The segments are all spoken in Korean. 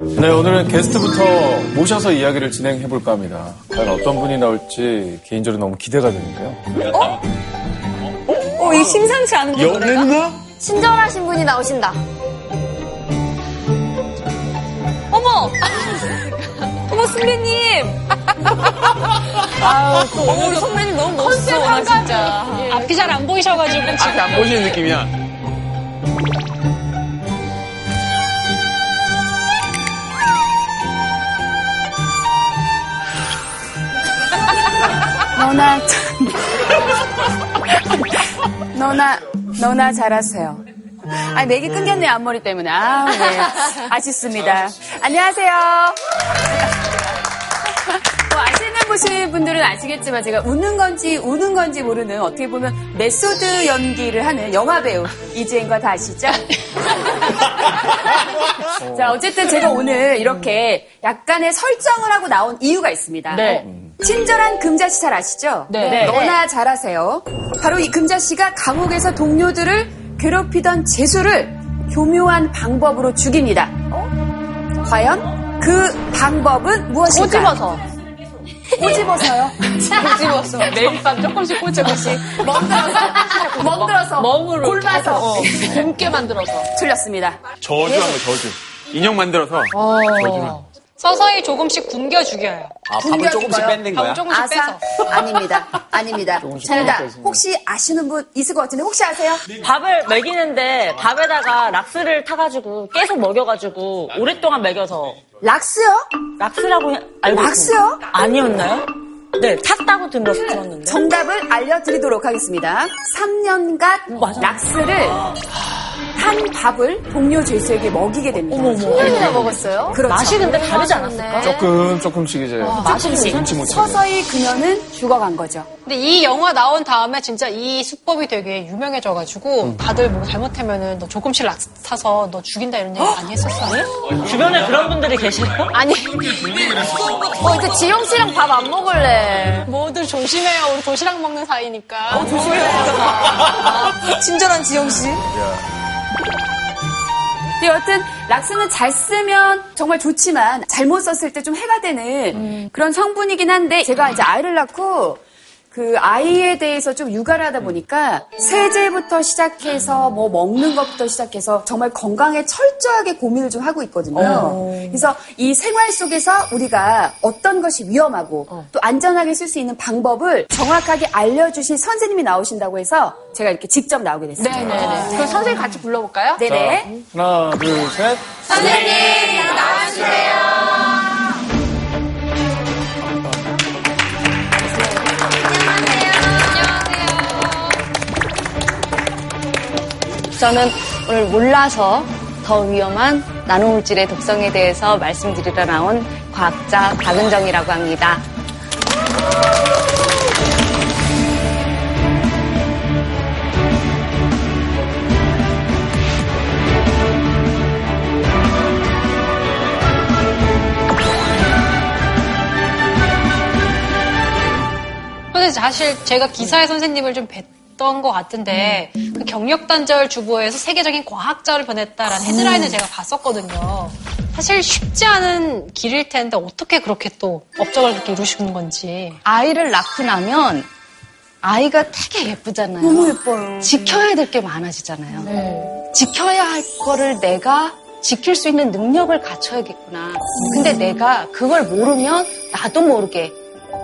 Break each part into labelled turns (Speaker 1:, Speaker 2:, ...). Speaker 1: 네, 오늘은 게스트부터 모셔서 이야기를 진행해볼까 합니다. 과연 어떤 분이 나올지 개인적으로 너무 기대가 되는데요.
Speaker 2: 어, 이 심상치 않은 분 노래가?
Speaker 3: 친절하신 분이 나오신다.
Speaker 2: 어머! 어머, 선배님! 아우, 또 오늘 선배님 너무 멋있어, 나 진짜. 앞이 잘 안 보이셔가지고 지금.
Speaker 4: 안 보시는 느낌이야.
Speaker 5: 너나 참. 너나 너나 잘하세요. 아 맥이 끊겼네 요 앞머리 때문에 아 네. 아쉽습니다. 안녕하세요. 뭐 아시는 보신 분들은 아시겠지만 제가 웃는 건지 우는 건지 모르는 어떻게 보면 메소드 연기를 하는 영화 배우 이지은과 다 아시죠? 자 어쨌든 제가 오늘 이렇게 약간의 설정을 하고 나온 이유가 있습니다.
Speaker 2: 네.
Speaker 5: 친절한 금자씨 잘 아시죠?
Speaker 2: 네.
Speaker 5: 너나 잘하세요. 바로 이 금자씨가 감옥에서 동료들을 괴롭히던 재수를 교묘한 방법으로 죽입니다. 과연 그 방법은 무엇일까?
Speaker 3: 꼬집어서.
Speaker 5: 꼬집어서요?
Speaker 2: 꼬집었어. 매일 밤 조금씩 꼬집었어.
Speaker 5: 멍들어서. 멍들어서.
Speaker 2: 멍으로.
Speaker 5: 골마서.
Speaker 3: 굵게 만들어서.
Speaker 5: 틀렸습니다.
Speaker 4: 저주 한거 저주. 인형 만들어서.
Speaker 6: 서서히 조금씩 굶겨 죽여요.
Speaker 4: 아, 밥을 조금씩 뺀는 거야?
Speaker 6: 밥 조금씩
Speaker 5: 아사?
Speaker 6: 빼서.
Speaker 5: 아닙니다. 아닙니다. 정답. 혹시 아시는 분 있을 것 같은데 혹시 아세요?
Speaker 7: 밥을 먹이는데 밥에다가 락스를 타가지고 계속 먹여가지고 오랫동안 먹여서
Speaker 5: 락스요?
Speaker 7: 락스라고 해- 알고
Speaker 5: 락스요?
Speaker 7: 있습니다. 아니었나요? 네, 탔다고 들었- 들었는데.
Speaker 5: 정답을 알려드리도록 하겠습니다. 3년간
Speaker 7: 음, 맞아.
Speaker 5: 락스를 한 밥을 동료 질수에게 먹이게 됩니다.
Speaker 3: 손님이나 먹었어요?
Speaker 5: 그렇죠.
Speaker 7: 맛이 근데 다르지 않았을까?
Speaker 1: 조금, 네. 조금씩 이제
Speaker 7: 맛이
Speaker 1: 참지 못하게.
Speaker 5: 어. 서서히 그녀는 죽어간 거죠.
Speaker 6: 근데 이 영화 나온 다음에 진짜 이 수법이 되게 유명해져가지고 다들 뭐 잘못하면은 너 조금씩 락 타서 너 죽인다 이런 얘기 많이 했었어요.
Speaker 7: 주변에 그런 분들이 계세요?
Speaker 3: 아니. 어, 이제 지영 씨랑 밥 안 먹을래.
Speaker 6: 모두 조심해요. 우리 도시락 먹는 사이니까.
Speaker 2: 친절한 지영씨.
Speaker 5: 근데 네, 여하튼 락스는 잘 쓰면 정말 좋지만 잘못 썼을 때 좀 해가 되는 그런 성분이긴 한데 제가 이제 아이를 낳고 그 아이에 대해서 좀 육아를 하다 보니까 세제부터 시작해서 뭐 먹는 것부터 시작해서 정말 건강에 철저하게 고민을 좀 하고 있거든요. 그래서 이 생활 속에서 우리가 어떤 것이 위험하고 또 안전하게 쓸 수 있는 방법을 정확하게 알려주신 선생님이 나오신다고 해서 제가 이렇게 직접 나오게 됐습니다.
Speaker 3: 네네네. 그럼 선생님 같이 불러볼까요?
Speaker 5: 네네.
Speaker 1: 하나, 둘, 셋.
Speaker 8: 저는 오늘 몰라서 더 위험한 나노물질의 독성에 대해서 말씀드리러 나온 과학자 박은정이라고 합니다.
Speaker 6: 근데 사실 제가 기사의
Speaker 9: 네.
Speaker 6: 선생님을 좀 뵀던 것 같은데
Speaker 9: 음.
Speaker 6: 그 경력 단절 주부에서 세계적인 과학자를
Speaker 9: 아.
Speaker 6: 변했다라는 헤드라인을 제가 봤었거든요. 사실 쉽지 않은 길일 텐데 어떻게 그렇게 또 업적을 그렇게 이루시는 건지.
Speaker 8: 아이를 낳고 나면 아이가 되게 예쁘잖아요. 너무 예뻐요. 네. 지켜야 될 게 많아지잖아요. 지켜야 할 거를 내가 지킬 수 있는 능력을 갖춰야겠구나. 근데 내가 그걸 모르면 나도 모르게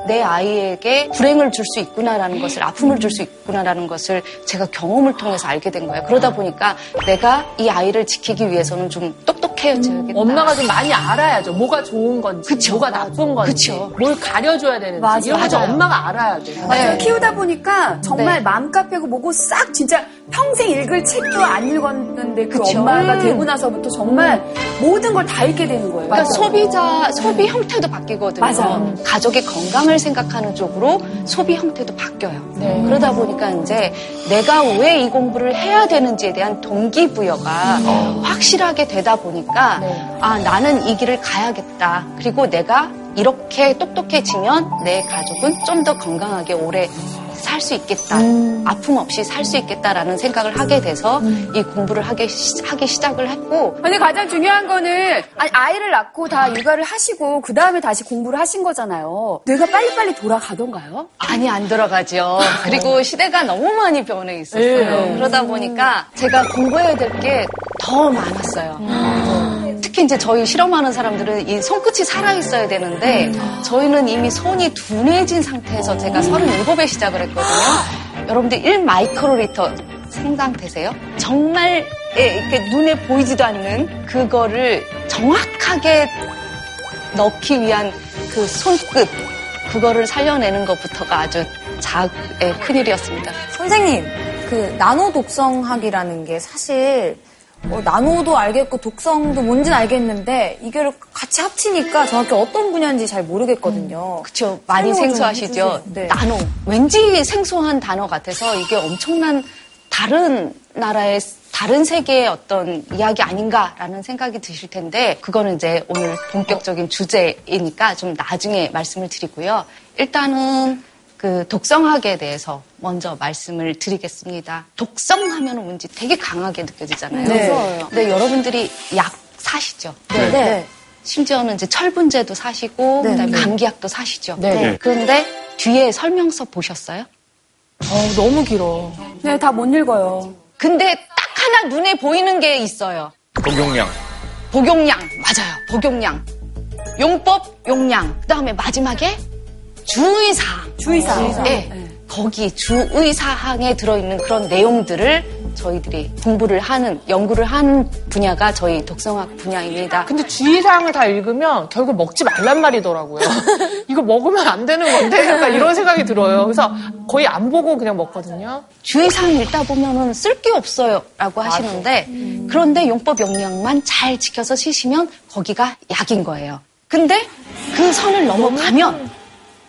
Speaker 8: 내 아이에게 불행을 줄 수 있구나라는 것을 아픔을 줄 수 있구나라는 것을 제가 경험을 통해서 알게 된 거예요. 그러다 보니까 내가 이 아이를 지키기 위해서는 좀 똑똑해져야겠다.
Speaker 3: 엄마가 좀 많이 알아야죠. 뭐가 좋은 건지,
Speaker 8: 그쵸.
Speaker 3: 뭐가 나쁜 건지,
Speaker 8: 그쵸.
Speaker 3: 뭘 가려줘야 되는지
Speaker 5: 맞아.
Speaker 3: 이런 거죠.
Speaker 5: 맞아요.
Speaker 3: 엄마가 알아야 돼요.
Speaker 5: 맞아요. 키우다 보니까 정말 맘 카페고 뭐고 싹 진짜 평생 읽을 책도 안 읽었는데 그 엄마가 되고 나서부터 정말 모든 걸 다 읽게 되는 거예요.
Speaker 8: 그러니까 소비자 소비 형태도 바뀌거든요.
Speaker 5: 맞아요.
Speaker 8: 가족의 건강을 생각하는 쪽으로 소비 형태도 바뀌어요.
Speaker 5: 네.
Speaker 8: 그러다 보니까 이제 내가 왜 이 공부를 해야 되는지에 대한 동기부여가
Speaker 5: 음. 어.
Speaker 8: 확실하게 되다 보니까
Speaker 5: 네.
Speaker 8: 아 나는 이 길을 가야겠다. 그리고 내가 이렇게 똑똑해지면 내 가족은 좀 더 건강하게 오래 살 수 있겠다.
Speaker 5: 음.
Speaker 8: 아픔 없이 살 수 있겠다라는 생각을 하게 돼서 이 공부를 하기, 시- 하기 시작을 했고
Speaker 5: 근데 가장 중요한 거는 아니, 아이를 낳고 다 육아를 하시고 그 다음에 다시 공부를 하신 거잖아요. 뇌가 빨리빨리 돌아가던가요?
Speaker 8: 많이 안 들어가죠. 그리고 시대가 너무 많이 변해 있었어요. 그러다 보니까 제가 공부해야 될 게 더 많았어요. 특히 이제 저희 실험하는 사람들은 이 손끝이 살아있어야 되는데 저희는 이미 손이 둔해진 상태에서 제가 37에 시작을 했거든요. 여러분들 1 마이크로리터 상상되세요? 정말 예, 이렇게 눈에 보이지도 않는 그거를 정확하게 넣기 위한 그 손끝 그거를 살려내는 것부터가 아주 작, 예, 큰일이었습니다.
Speaker 9: 선생님, 그 나노 독성학이라는 게 사실 어, 나노도 알겠고 독성도 뭔지는 알겠는데 이걸 같이 합치니까 정확히 어떤 분야인지 잘
Speaker 5: 음,
Speaker 9: 모르겠거든요.
Speaker 8: 그렇죠. 많이
Speaker 9: 설명 좀
Speaker 8: 생소하시죠.
Speaker 9: 해주세요. 네.
Speaker 8: 나노. 왠지 생소한 단어 같아서 이게 엄청난 다른 나라의 다른 세계의 어떤 이야기 아닌가라는 생각이 드실 텐데 그거는 이제 오늘 본격적인 주제이니까 좀 나중에 말씀을 드리고요. 일단은 그 독성학에 대해서 먼저 말씀을 드리겠습니다. 독성하면 은 뭔지 되게 강하게 느껴지잖아요.
Speaker 9: 무서워요.
Speaker 8: 근데 여러분들이 약 사시죠?
Speaker 9: 네.
Speaker 8: 심지어는 이제 철분제도 사시고 그다음에 감기약도 사시죠.
Speaker 4: 네.
Speaker 8: 그런데 뒤에 설명서 보셨어요?
Speaker 5: 네, 다 못 읽어요.
Speaker 8: 근데 딱 하나 눈에 보이는 게 있어요.
Speaker 4: 복용량.
Speaker 8: 복용량 맞아요. 복용량, 용법, 용량. 그다음에 마지막에 주의사항. 주의사항. 네. 거기 주의사항에 들어있는 그런 내용들을 저희들이 공부를 하는 연구를 하는 분야가 저희 독성학 분야입니다.
Speaker 10: 근데 주의사항을 다 읽으면 결국 먹지 말란 말이더라고요. 이거 먹으면 안 되는 건데 약간 이런 생각이 들어요. 그래서 거의 안 보고 그냥 먹거든요.
Speaker 8: 주의사항 읽다 보면은 쓸 게 없어요 라고 하시는데 그런데 용법 용량만 잘 지켜서 쓰시면 거기가 약인 거예요. 근데 그 선을 넘어가면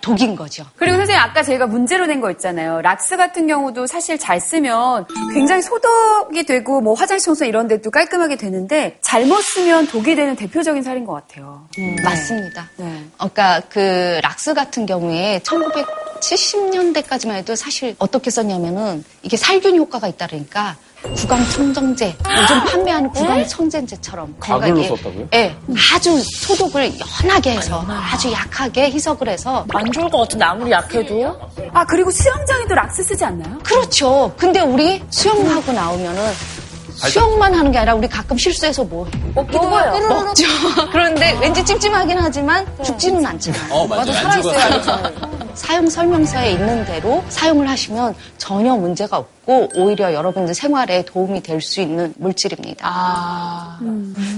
Speaker 8: 독인 거죠.
Speaker 5: 그리고 선생님 아까 저희가 문제로 낸 거 있잖아요. 락스 같은 경우도 사실 잘 쓰면 굉장히 소독이 되고 뭐 화장실 청소 이런 데도 깔끔하게 되는데 잘못 쓰면 독이 되는 대표적인 사례인 것 같아요.
Speaker 8: 맞습니다.
Speaker 5: 네.
Speaker 8: 그러니까 그 락스 같은 경우에 1970년대까지만 해도 사실 어떻게 썼냐면은 이게 살균 효과가 있다니까 그러니까 구강 청정제 요즘 판매하는 구강 청정제처럼 거기가
Speaker 1: 가글로
Speaker 8: 이게-
Speaker 1: 썼다고요?
Speaker 8: 예, 아주 소독을 연하게 해서 아주 약하게 희석을 해서
Speaker 7: 안 좋을 것 같은데 아무리 약해도.
Speaker 5: 아 그리고 수영장에도 락스 쓰지 않나요?
Speaker 8: 그렇죠. 근데 우리 수영하고 나오면은 수영만 하는 게 아니라 우리 가끔 실수해서 뭐 해요?
Speaker 9: 먹어요.
Speaker 8: 먹죠. 그런데 왠지 찜찜하긴 하지만 죽지는 않지만
Speaker 4: 어, 네. 맞아. 안 죽어.
Speaker 8: 사용 설명서에 있는 대로 사용을 하시면 전혀 문제가 없고 오히려 여러분들 생활에 도움이 될 수 있는 물질입니다.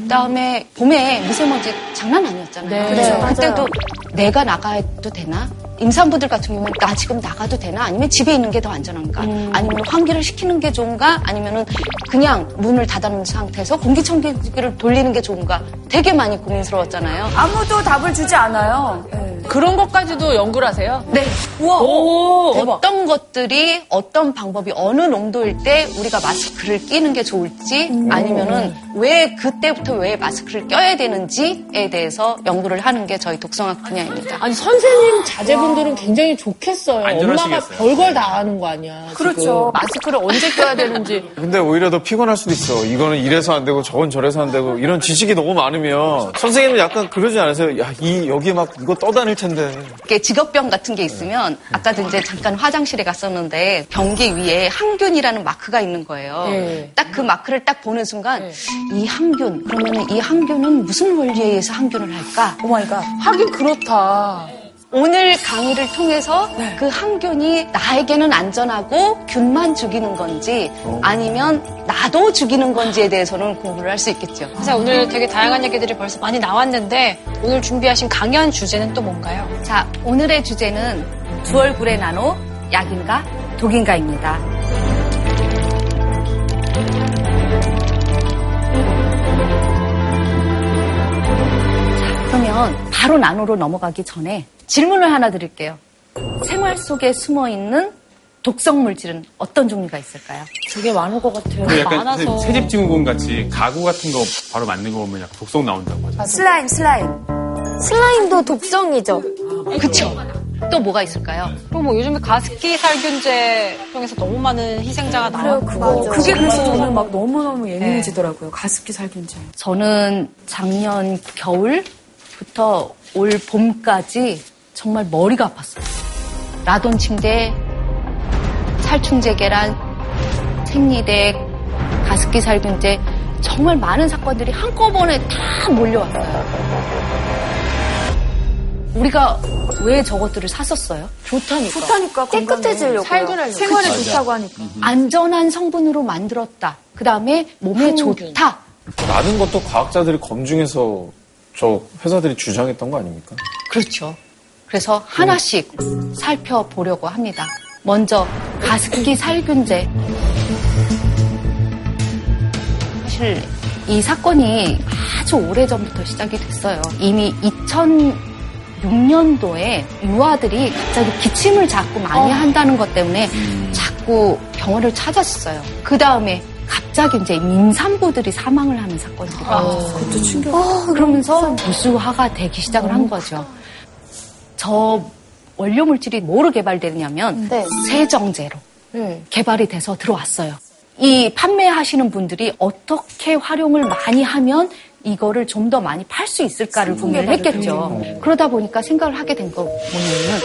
Speaker 8: 그다음에 봄에 미세먼지 장난 아니었잖아요.
Speaker 10: 네.
Speaker 8: 그래서
Speaker 9: 맞아요.
Speaker 8: 그때도 내가 나가도 되나? 임산부들 같은 경우는 나 지금 나가도 되나? 아니면 집에 있는 게 더 안전한가?
Speaker 9: 음.
Speaker 8: 아니면 환기를 시키는 게 좋은가? 아니면은 그냥 문을 닫아놓은 상태에서 공기청정기를 돌리는 게 좋은가? 되게 많이 고민스러웠잖아요.
Speaker 5: 아무도 답을 주지 않아요. 네.
Speaker 10: 그런 것까지도 연구를 하세요?
Speaker 8: 네.
Speaker 10: 우와. 오,
Speaker 8: 어떤 것들이 어떤 방법이 어느 농도일 때 우리가 마스크를 끼는 게 좋을지
Speaker 10: 음.
Speaker 8: 아니면은 왜 그때부터 왜 마스크를 껴야 되는지에 대해서 연구를 하는 게 저희 독성학 분야입니다.
Speaker 11: 아니 선생님 자제분들은 굉장히 좋겠어요.
Speaker 4: 안
Speaker 11: 엄마가
Speaker 4: 저러시겠어요.
Speaker 11: 별걸 다 하는 거 아니야.
Speaker 5: 그렇죠.
Speaker 10: 마스크를 언제 껴야 되는지.
Speaker 1: 근데 오히려 더 피곤할 수도 있어. 이거는 이래서 안 되고 저건 저래서 안 되고 이런 지식이 너무 많으면 선생님은 약간 그러지 않으세요? 야, 이 여기 막 이거 떠다닐 텐데.
Speaker 8: 이렇게 직업병 같은 게 있으면 아까도 이제 잠깐 화장실에 갔었는데 변기 위에 항균이라는 마크가 있는 거예요.
Speaker 11: 네.
Speaker 8: 딱 그 마크를 딱 보는 순간 이 항균 그러면 이 항균은 무슨 원리에 의해서 항균을 할까?
Speaker 11: Oh 하긴 그렇다. 네.
Speaker 8: 오늘 강의를 통해서 그 항균이 나에게는 안전하고 균만 죽이는 건지 아니면 나도 죽이는 건지에 대해서는 공부를 할 수 있겠죠.
Speaker 6: 그래서 오늘 되게 다양한 얘기들이 벌써 많이 나왔는데 오늘 준비하신 강연 주제는 또 뭔가요?
Speaker 8: 자, 오늘의 주제는 두 얼굴의 나노 약인가 독인가입니다. 자, 그러면 바로 나노로 넘어가기 전에 질문을 하나 드릴게요. 생활 속에 숨어 있는 독성 물질은 어떤 종류가 있을까요?
Speaker 7: 되게 많을 것 같아요. 많아서.
Speaker 4: 그 약간 새집증후군 같이 가구 같은 거 바로 만든 거 보면 약간 독성 나온다고 하죠.
Speaker 5: 슬라임, 슬라임.
Speaker 9: 슬라임도 독성이죠.
Speaker 8: 그쵸? 또 뭐가 있을까요?
Speaker 6: 그럼 뭐 요즘에 가습기 살균제 통해서 너무 많은 희생자가
Speaker 9: 그래요,
Speaker 6: 나왔고
Speaker 9: 그거. 그게 그래서 저는 막
Speaker 7: 네.
Speaker 9: 너무너무 예민해지더라고요. 가습기 살균제.
Speaker 8: 저는 작년 겨울부터 올 봄까지 정말 머리가 아팠어요. 라돈 침대, 살충제 계란, 생리대, 가습기 살균제 정말 많은 사건들이 한꺼번에 다 몰려왔어요. 우리가 왜 저것들을 샀었어요? 좋다니까.
Speaker 9: 좋다니까,
Speaker 8: 깨끗해지려고.
Speaker 9: 살균하려고. 생활에 맞아. 좋다고 하니까.
Speaker 8: 안전한 성분으로 만들었다. 그 다음에 몸에 좋다.
Speaker 1: 라는 것도 과학자들이 검증해서 저 회사들이 주장했던 거 아닙니까?
Speaker 8: 그렇죠. 그래서 하나씩 살펴보려고 합니다. 먼저 가습기 살균제. 사실 이 사건이 아주 오래전부터 시작이 됐어요. 이미 2006년도에 유아들이 갑자기 기침을 자꾸 많이
Speaker 2: 어. 음.
Speaker 8: 한다는 것 때문에 자꾸 병원을 찾았어요. 그 다음에 갑자기 이제 민산부들이 사망을 하는 사건들이
Speaker 2: 아,
Speaker 8: 벌어졌어요.
Speaker 2: 그것도 어, 충격.
Speaker 8: 어, 그러면서 무수화가 되기 시작을 한 거죠. 저 원료 물질이 뭐로 개발되냐면 세정제로 개발이 돼서 들어왔어요. 이 판매하시는 분들이 어떻게 활용을 많이 하면 이거를 좀 더 많이 팔 수 있을까를 고민을
Speaker 2: 개발을
Speaker 8: 했겠죠.
Speaker 2: 통해서.
Speaker 8: 그러다 보니까 생각을 하게 된 거 뭐냐면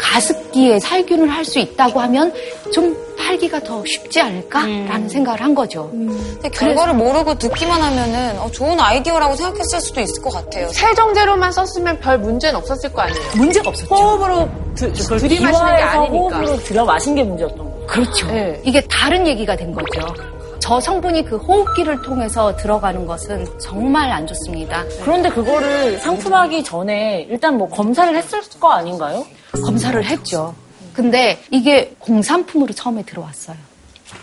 Speaker 8: 가습기에 살균을 할 수 있다고 하면 좀 팔기가 더 쉽지 않을까라는 생각을 한 거죠.
Speaker 9: 근데 결과를 모르고 듣기만 하면은 어, 좋은 아이디어라고 생각했을 수도 있을 것 같아요.
Speaker 10: 세정제로만 썼으면 별 문제는 없었을 거 아니에요.
Speaker 8: 문제가 없었죠.
Speaker 10: 호흡으로 들이마시는 게
Speaker 7: 이화에서
Speaker 10: 아니니까.
Speaker 7: 호흡으로 들어 마신 게 문제였던 거예요. 네.
Speaker 8: 그렇죠. 이게 다른 얘기가 된 거죠. 저 성분이 그 호흡기를 통해서 들어가는 것은 정말 안 좋습니다.
Speaker 7: 그런데 그거를 상품하기 전에 일단 뭐 검사를 했을 거 아닌가요?
Speaker 8: 검사를 했죠. 근데 이게 공산품으로 처음에 들어왔어요.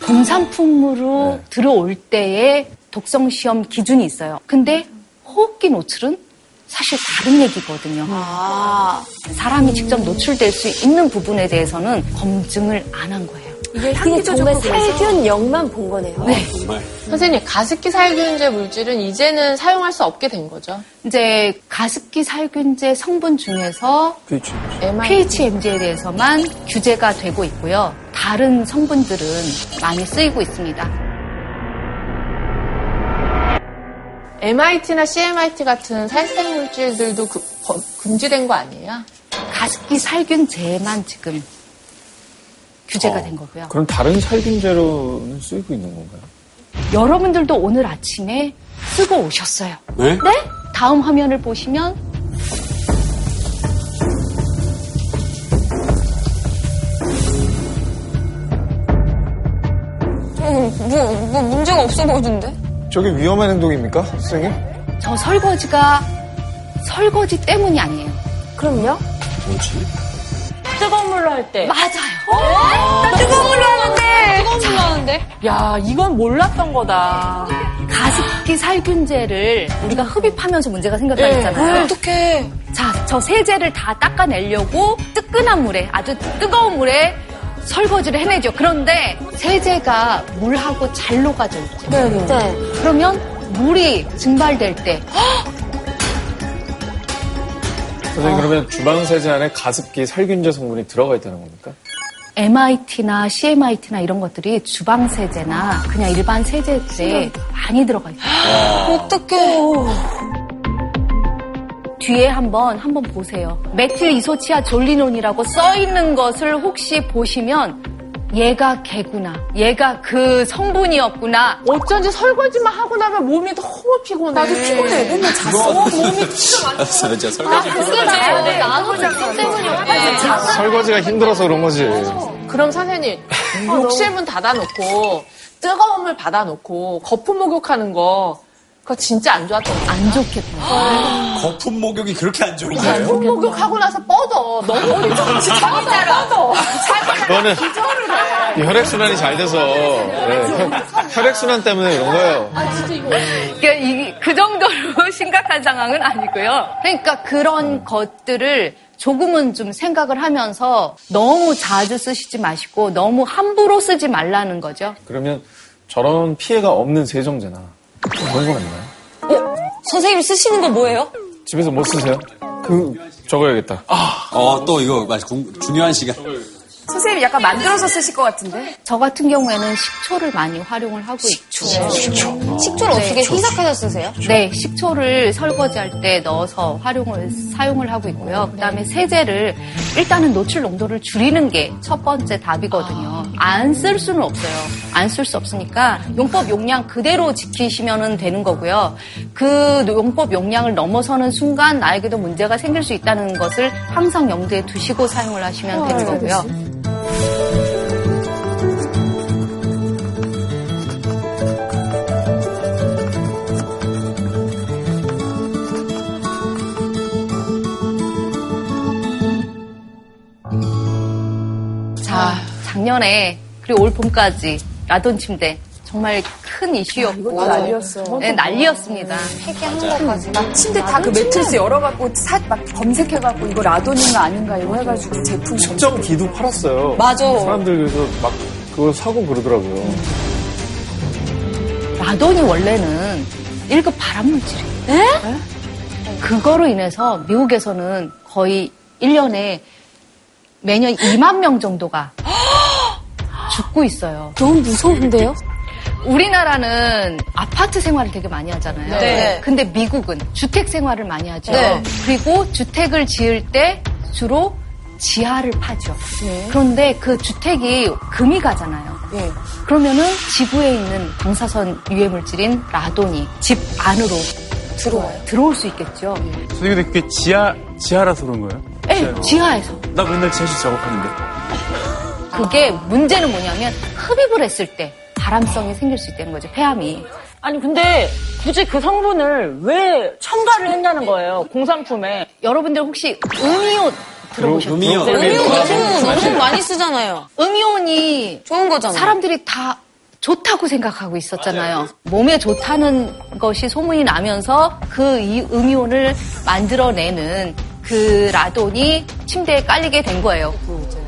Speaker 8: 공산품으로 들어올 때의 독성 시험 기준이 있어요. 근데 호흡기 노출은 사실 다른 얘기거든요. 사람이 직접 노출될 수 있는 부분에 대해서는 검증을 안 한 거예요.
Speaker 11: 이게
Speaker 9: 그냥 정말
Speaker 11: 영만 본 거네요.
Speaker 8: 정말.
Speaker 10: 음. 선생님, 가습기 살균제 물질은 이제는 사용할 수 없게 된 거죠.
Speaker 8: 이제 가습기 살균제 성분 중에서
Speaker 1: 그렇죠.
Speaker 8: PHMG에 대해서만 규제가 되고 있고요. 다른 성분들은 많이 쓰이고 있습니다.
Speaker 10: MIT나 CMIT 같은 살생 물질들도 그- 거- 금지된 거 아니에요?
Speaker 8: 가습기 살균제만 지금 규제가 된 거고요.
Speaker 1: 그럼 다른 살균제로는 쓰이고 있는 건가요?
Speaker 8: 여러분들도 오늘 아침에 쓰고 오셨어요.
Speaker 1: 네?
Speaker 8: 다음 화면을 보시면
Speaker 9: 뭐, 뭐 문제가 없어 보이던데?
Speaker 1: 저게 위험한 행동입니까, 선생님?
Speaker 8: 저 설거지가 설거지 때문이 아니에요. 그럼요?
Speaker 1: 뭐지?
Speaker 7: 뜨거운 물로 할 때.
Speaker 8: 맞아요. 나 뜨거운 물로
Speaker 10: 네.
Speaker 8: 하는데. 뜨거운 물로 하는데.
Speaker 10: 야, 이건 몰랐던 거다.
Speaker 8: 가습기 살균제를 우리가 흡입하면서 문제가 생겼다
Speaker 10: 네.
Speaker 8: 했잖아요.
Speaker 10: 네.
Speaker 8: 어떡해. 자, 저 세제를 다 닦아내려고 뜨끈한 물에, 아주 뜨거운 물에 설거지를 해내죠. 그런데 세제가 물하고 잘 녹아져 있죠.
Speaker 2: 네네. 네.
Speaker 8: 그러면 물이 증발될 때
Speaker 1: 선생님, 그러면 주방 세제 안에 가습기 살균제 성분이 들어가 있다는 겁니까?
Speaker 8: MIT나 CMIT나 이런 것들이 주방 세제나 그냥 일반 세제에 많이 들어가 있어요. 어떡해. 뒤에 한번 한번 보세요. 메틸 이소치아 졸리논이라고 써 있는 것을 혹시 보시면 얘가 개구나. 얘가 그 성분이었구나.
Speaker 10: 어쩐지 설거지만 하고 나면 몸이 너무 피곤해. 나도 피곤해. 맨날 잤어. 몸이 진짜 많이
Speaker 4: 진짜
Speaker 12: 아.
Speaker 10: 설거지 나도 잤기 때문이야.
Speaker 1: 설거지가 힘들어서 그런 거지.
Speaker 10: 그럼 선생님, 어, 욕실문 닫아놓고, 뜨거운 물 받아놓고, 거품 목욕하는 거, 그거 진짜 안 좋았던 거.
Speaker 8: 안 좋겠다.
Speaker 12: 거품 목욕이 그렇게 안 좋은
Speaker 10: 거품
Speaker 12: 거예요?
Speaker 10: 목욕하고 나서 뻗어. 너무 어리 뻗어.
Speaker 1: 그거는 이 혈액순환이 잘 돼서 예, 혈- 혈액순환 때문에 이런 거예요.
Speaker 8: 그러니까 이- 그 정도로 심각한 상황은 아니고요. 그러니까 그런 것들을 조금은 좀 생각을 하면서 너무 자주 쓰시지 마시고 너무 함부로 쓰지 말라는 거죠.
Speaker 1: 그러면 저런 피해가 없는 세정제나 뭐 이런 건 있나요?
Speaker 9: 선생님 쓰시는 어? 거 뭐예요?
Speaker 1: 집에서 뭐 쓰세요? 그 적어야겠다.
Speaker 12: 아, 어, 또 이거 맞아. 궁- 중요한 시간.
Speaker 5: 선생님 약간 만들어서 쓰실 것 같은데?
Speaker 8: 저 같은 경우에는 식초를 많이 활용을 하고 있고요.
Speaker 9: 식초. 식초를 어떻게 희석해서 쓰세요?
Speaker 5: 그렇죠.
Speaker 8: 네, 식초를 설거지할 때 넣어서 활용을 사용을 하고 있고요. 그다음에 세제를 일단은 노출 농도를 줄이는 게 첫 번째 답이거든요. 안 쓸 수는 없어요. 안 쓸 수 없으니까 용법 용량 그대로 지키시면은 되는 거고요. 그 용법 용량을 넘어서는 순간 나에게도 문제가 생길 수 있다는 것을 항상 염두에 두시고 사용을 하시면
Speaker 5: 어,
Speaker 8: 되는 거고요. 자, 작년에 그리고 올 봄까지 라돈 침대 정말 큰 이슈였고
Speaker 5: 아, 이것도 난리였어.
Speaker 8: 네, 난리였습니다.
Speaker 9: 폐기한 것까지.
Speaker 5: 나 침대 다 그 매트리스 열어갖고 사, 막 검색해갖고 이거 라돈인가 아닌가 이거 해가지고 제품
Speaker 1: 특정 기도 팔았어요.
Speaker 5: 맞아.
Speaker 1: 사람들 그래서 막 그거 사고 그러더라고요.
Speaker 8: 라돈이 원래는 1급 발암물질이에요. 그거로 인해서 미국에서는 거의 1년에 매년 2만 명 정도가 죽고 있어요.
Speaker 11: 너무 무서운데요?
Speaker 8: 우리나라는 아파트 생활을 되게 많이 하잖아요.
Speaker 11: 네.
Speaker 8: 근데 미국은 주택 생활을 많이 하죠.
Speaker 11: 네.
Speaker 8: 그리고 주택을 지을 때 주로 지하를 파죠. 그런데 그 주택이 금이 가잖아요. 그러면은 지구에 있는 방사선 유해 물질인 라돈이 집 안으로 들어와요. 네. 들어올 수 있겠죠.
Speaker 4: 선생님, 근데 그게 지하, 지하라서 그런 거예요?
Speaker 8: 에 지하에서.
Speaker 4: 나 맨날 지하실 작업하는데.
Speaker 8: 그게 문제는 뭐냐면 흡입을 했을 때 발암성이 생길 수 있다는 거죠. 폐암이.
Speaker 7: 아니 근데 굳이 그 성분을 왜 첨가를 했냐는 거예요. 공산품에.
Speaker 8: 여러분들 혹시 음이온 들어보셨죠?
Speaker 10: 네,
Speaker 7: 음이온. 음이온
Speaker 8: 너무
Speaker 7: 맞아요.
Speaker 8: 많이 쓰잖아요. 음이온이 좋은 거잖아요. 사람들이 다 좋다고 생각하고 있었잖아요. 몸에 좋다는 것이 소문이 나면서 그 이 음이온을 만들어내는 그 라돈이 침대에 깔리게 된 거예요.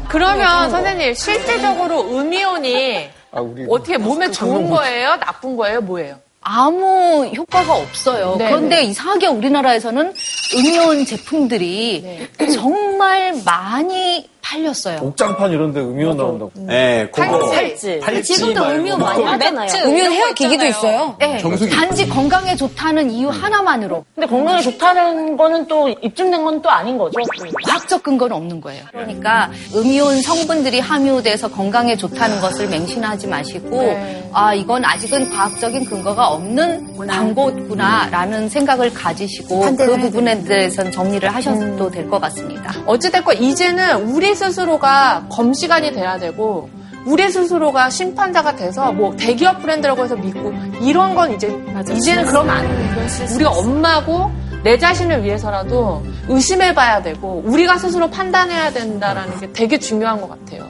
Speaker 10: 그러면 선생님 실질적으로 음이온이 아,
Speaker 1: 아,
Speaker 10: 어떻게 몸에 좋은
Speaker 1: 뭐
Speaker 10: 거예요? 나쁜 거예요? 뭐예요?
Speaker 8: 아무 효과가 없어요.
Speaker 10: 네,
Speaker 8: 그런데
Speaker 10: 네.
Speaker 8: 이상하게 우리나라에는 음이온 제품들이
Speaker 10: 네.
Speaker 8: 정말 많이 팔렸어요.
Speaker 1: 옥장판 이런 데 음이온 나온다고.
Speaker 12: 예,
Speaker 8: 그거. 팔찌. 팔찌 지금도 말고 음이온 많이 그거. 하잖아요.
Speaker 9: 매트, 음이온 헤어기기도 있어요.
Speaker 8: 네,
Speaker 9: 정수기. 음.
Speaker 8: 단지 건강에 좋다는 이유 하나만으로.
Speaker 7: 근데 건강에 좋다는 거는 또 입증된 건 또 아닌 거죠.
Speaker 8: 과학적 근거는 없는 거예요. 그러니까 음이온 성분들이 함유돼서 건강에 좋다는 것을 맹신하지 마시고
Speaker 7: 네.
Speaker 8: 아 이건 아직은 과학적인 근거가 없는 광고구나라는 생각을 가지시고 그 부분에 대해서는 정리를 하셔도
Speaker 7: 음.
Speaker 8: 될 것 같습니다.
Speaker 10: 어찌됐건 이제는 우리 스스로가 검 시간이 돼야 되고 우리 스스로가 심판자가 돼서 뭐 대기업 브랜드라고 해서 믿고 이런 건 이제 이제는 그러면 안 돼. 우리가 엄마고 내 자신을 위해서라도 의심해봐야 되고 우리가 스스로 판단해야 된다라는 게 되게 중요한 것 같아요.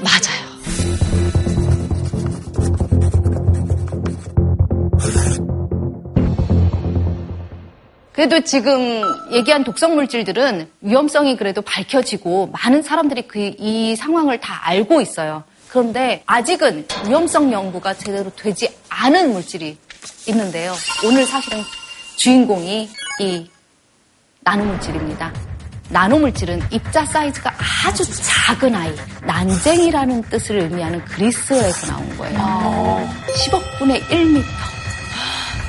Speaker 8: 맞아요. 그래도 지금 얘기한 독성 물질들은 위험성이 그래도 밝혀지고 많은 사람들이 그 이 상황을 다 알고 있어요. 그런데 아직은 위험성 연구가 제대로 되지 않은 물질이 있는데요. 오늘 사실은 주인공이 이 나노물질입니다. 나노물질은 입자 사이즈가 아주 작은 아이, 난쟁이라는 뜻을 의미하는 그리스어에서 나온 거예요. 10억분의 1m.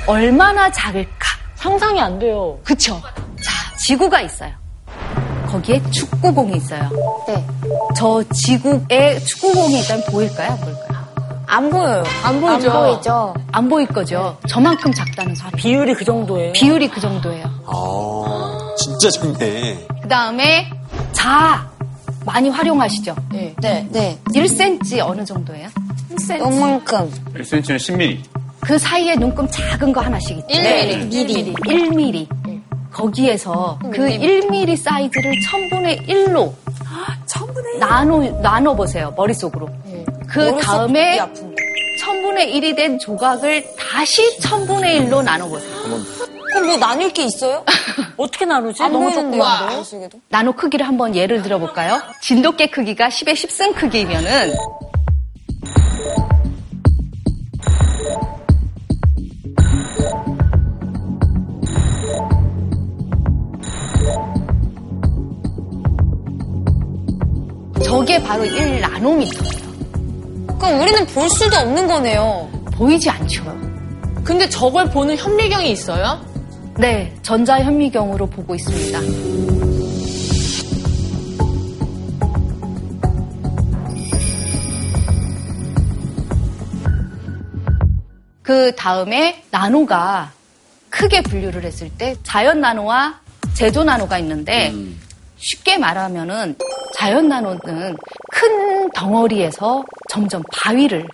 Speaker 8: 얼마나 작을까?
Speaker 7: 상상이 안 돼요.
Speaker 8: 그쵸? 자, 지구가 있어요. 거기에 축구공이 있어요. 네. 저 지구에 축구공이 일단 보일까요? 안 보일까요? 안 보여요. 안
Speaker 11: 보이죠. 안 보이죠.
Speaker 8: 안 보일 거죠. 저만큼 작다는 소리.
Speaker 7: 비율이 그 정도예요.
Speaker 8: 비율이 그 정도예요.
Speaker 12: 아, 진짜 작네.
Speaker 8: 그 다음에 자 많이 활용하시죠? 네. 네. 1cm 어느 정도예요? 1cm. 요만큼.
Speaker 4: 1cm는 10mm.
Speaker 8: 그 사이에 눈금 작은 거 하나씩 있죠?
Speaker 4: 1mm.
Speaker 8: 1mm. 1mm.
Speaker 9: 네.
Speaker 8: 거기에서
Speaker 9: 음,
Speaker 8: 그 1mm 사이즈를 1000분의 1로 나눠, 나눠보세요. 머릿속으로. 그
Speaker 9: 네. 머릿속
Speaker 8: 다음에 1000분의 1이 된 조각을 다시 1000분의 1로 나눠보세요.
Speaker 9: 그럼 뭐 나눌 게 있어요?
Speaker 7: 어떻게
Speaker 10: 아,
Speaker 7: 나누지?
Speaker 9: 안
Speaker 8: 너무
Speaker 9: 보이는데요,
Speaker 8: 조그마한데?
Speaker 9: 안 보이시게도?
Speaker 8: 나노 크기를 한번 예를 들어볼까요? 진돗개 크기가 10의 10승 크기면은 이게 바로 1 나노미터예요.
Speaker 9: 그럼 우리는 볼 수도 없는 거네요.
Speaker 8: 보이지 않죠.
Speaker 10: 근데 저걸 보는 현미경이 있어요?
Speaker 8: 네, 전자 현미경으로 보고 있습니다. 그 다음에 나노가 크게 분류를 했을 때 자연 나노와 제조 나노가 있는데 쉽게 말하면은 자연 나노는 큰 덩어리에서 점점 바위를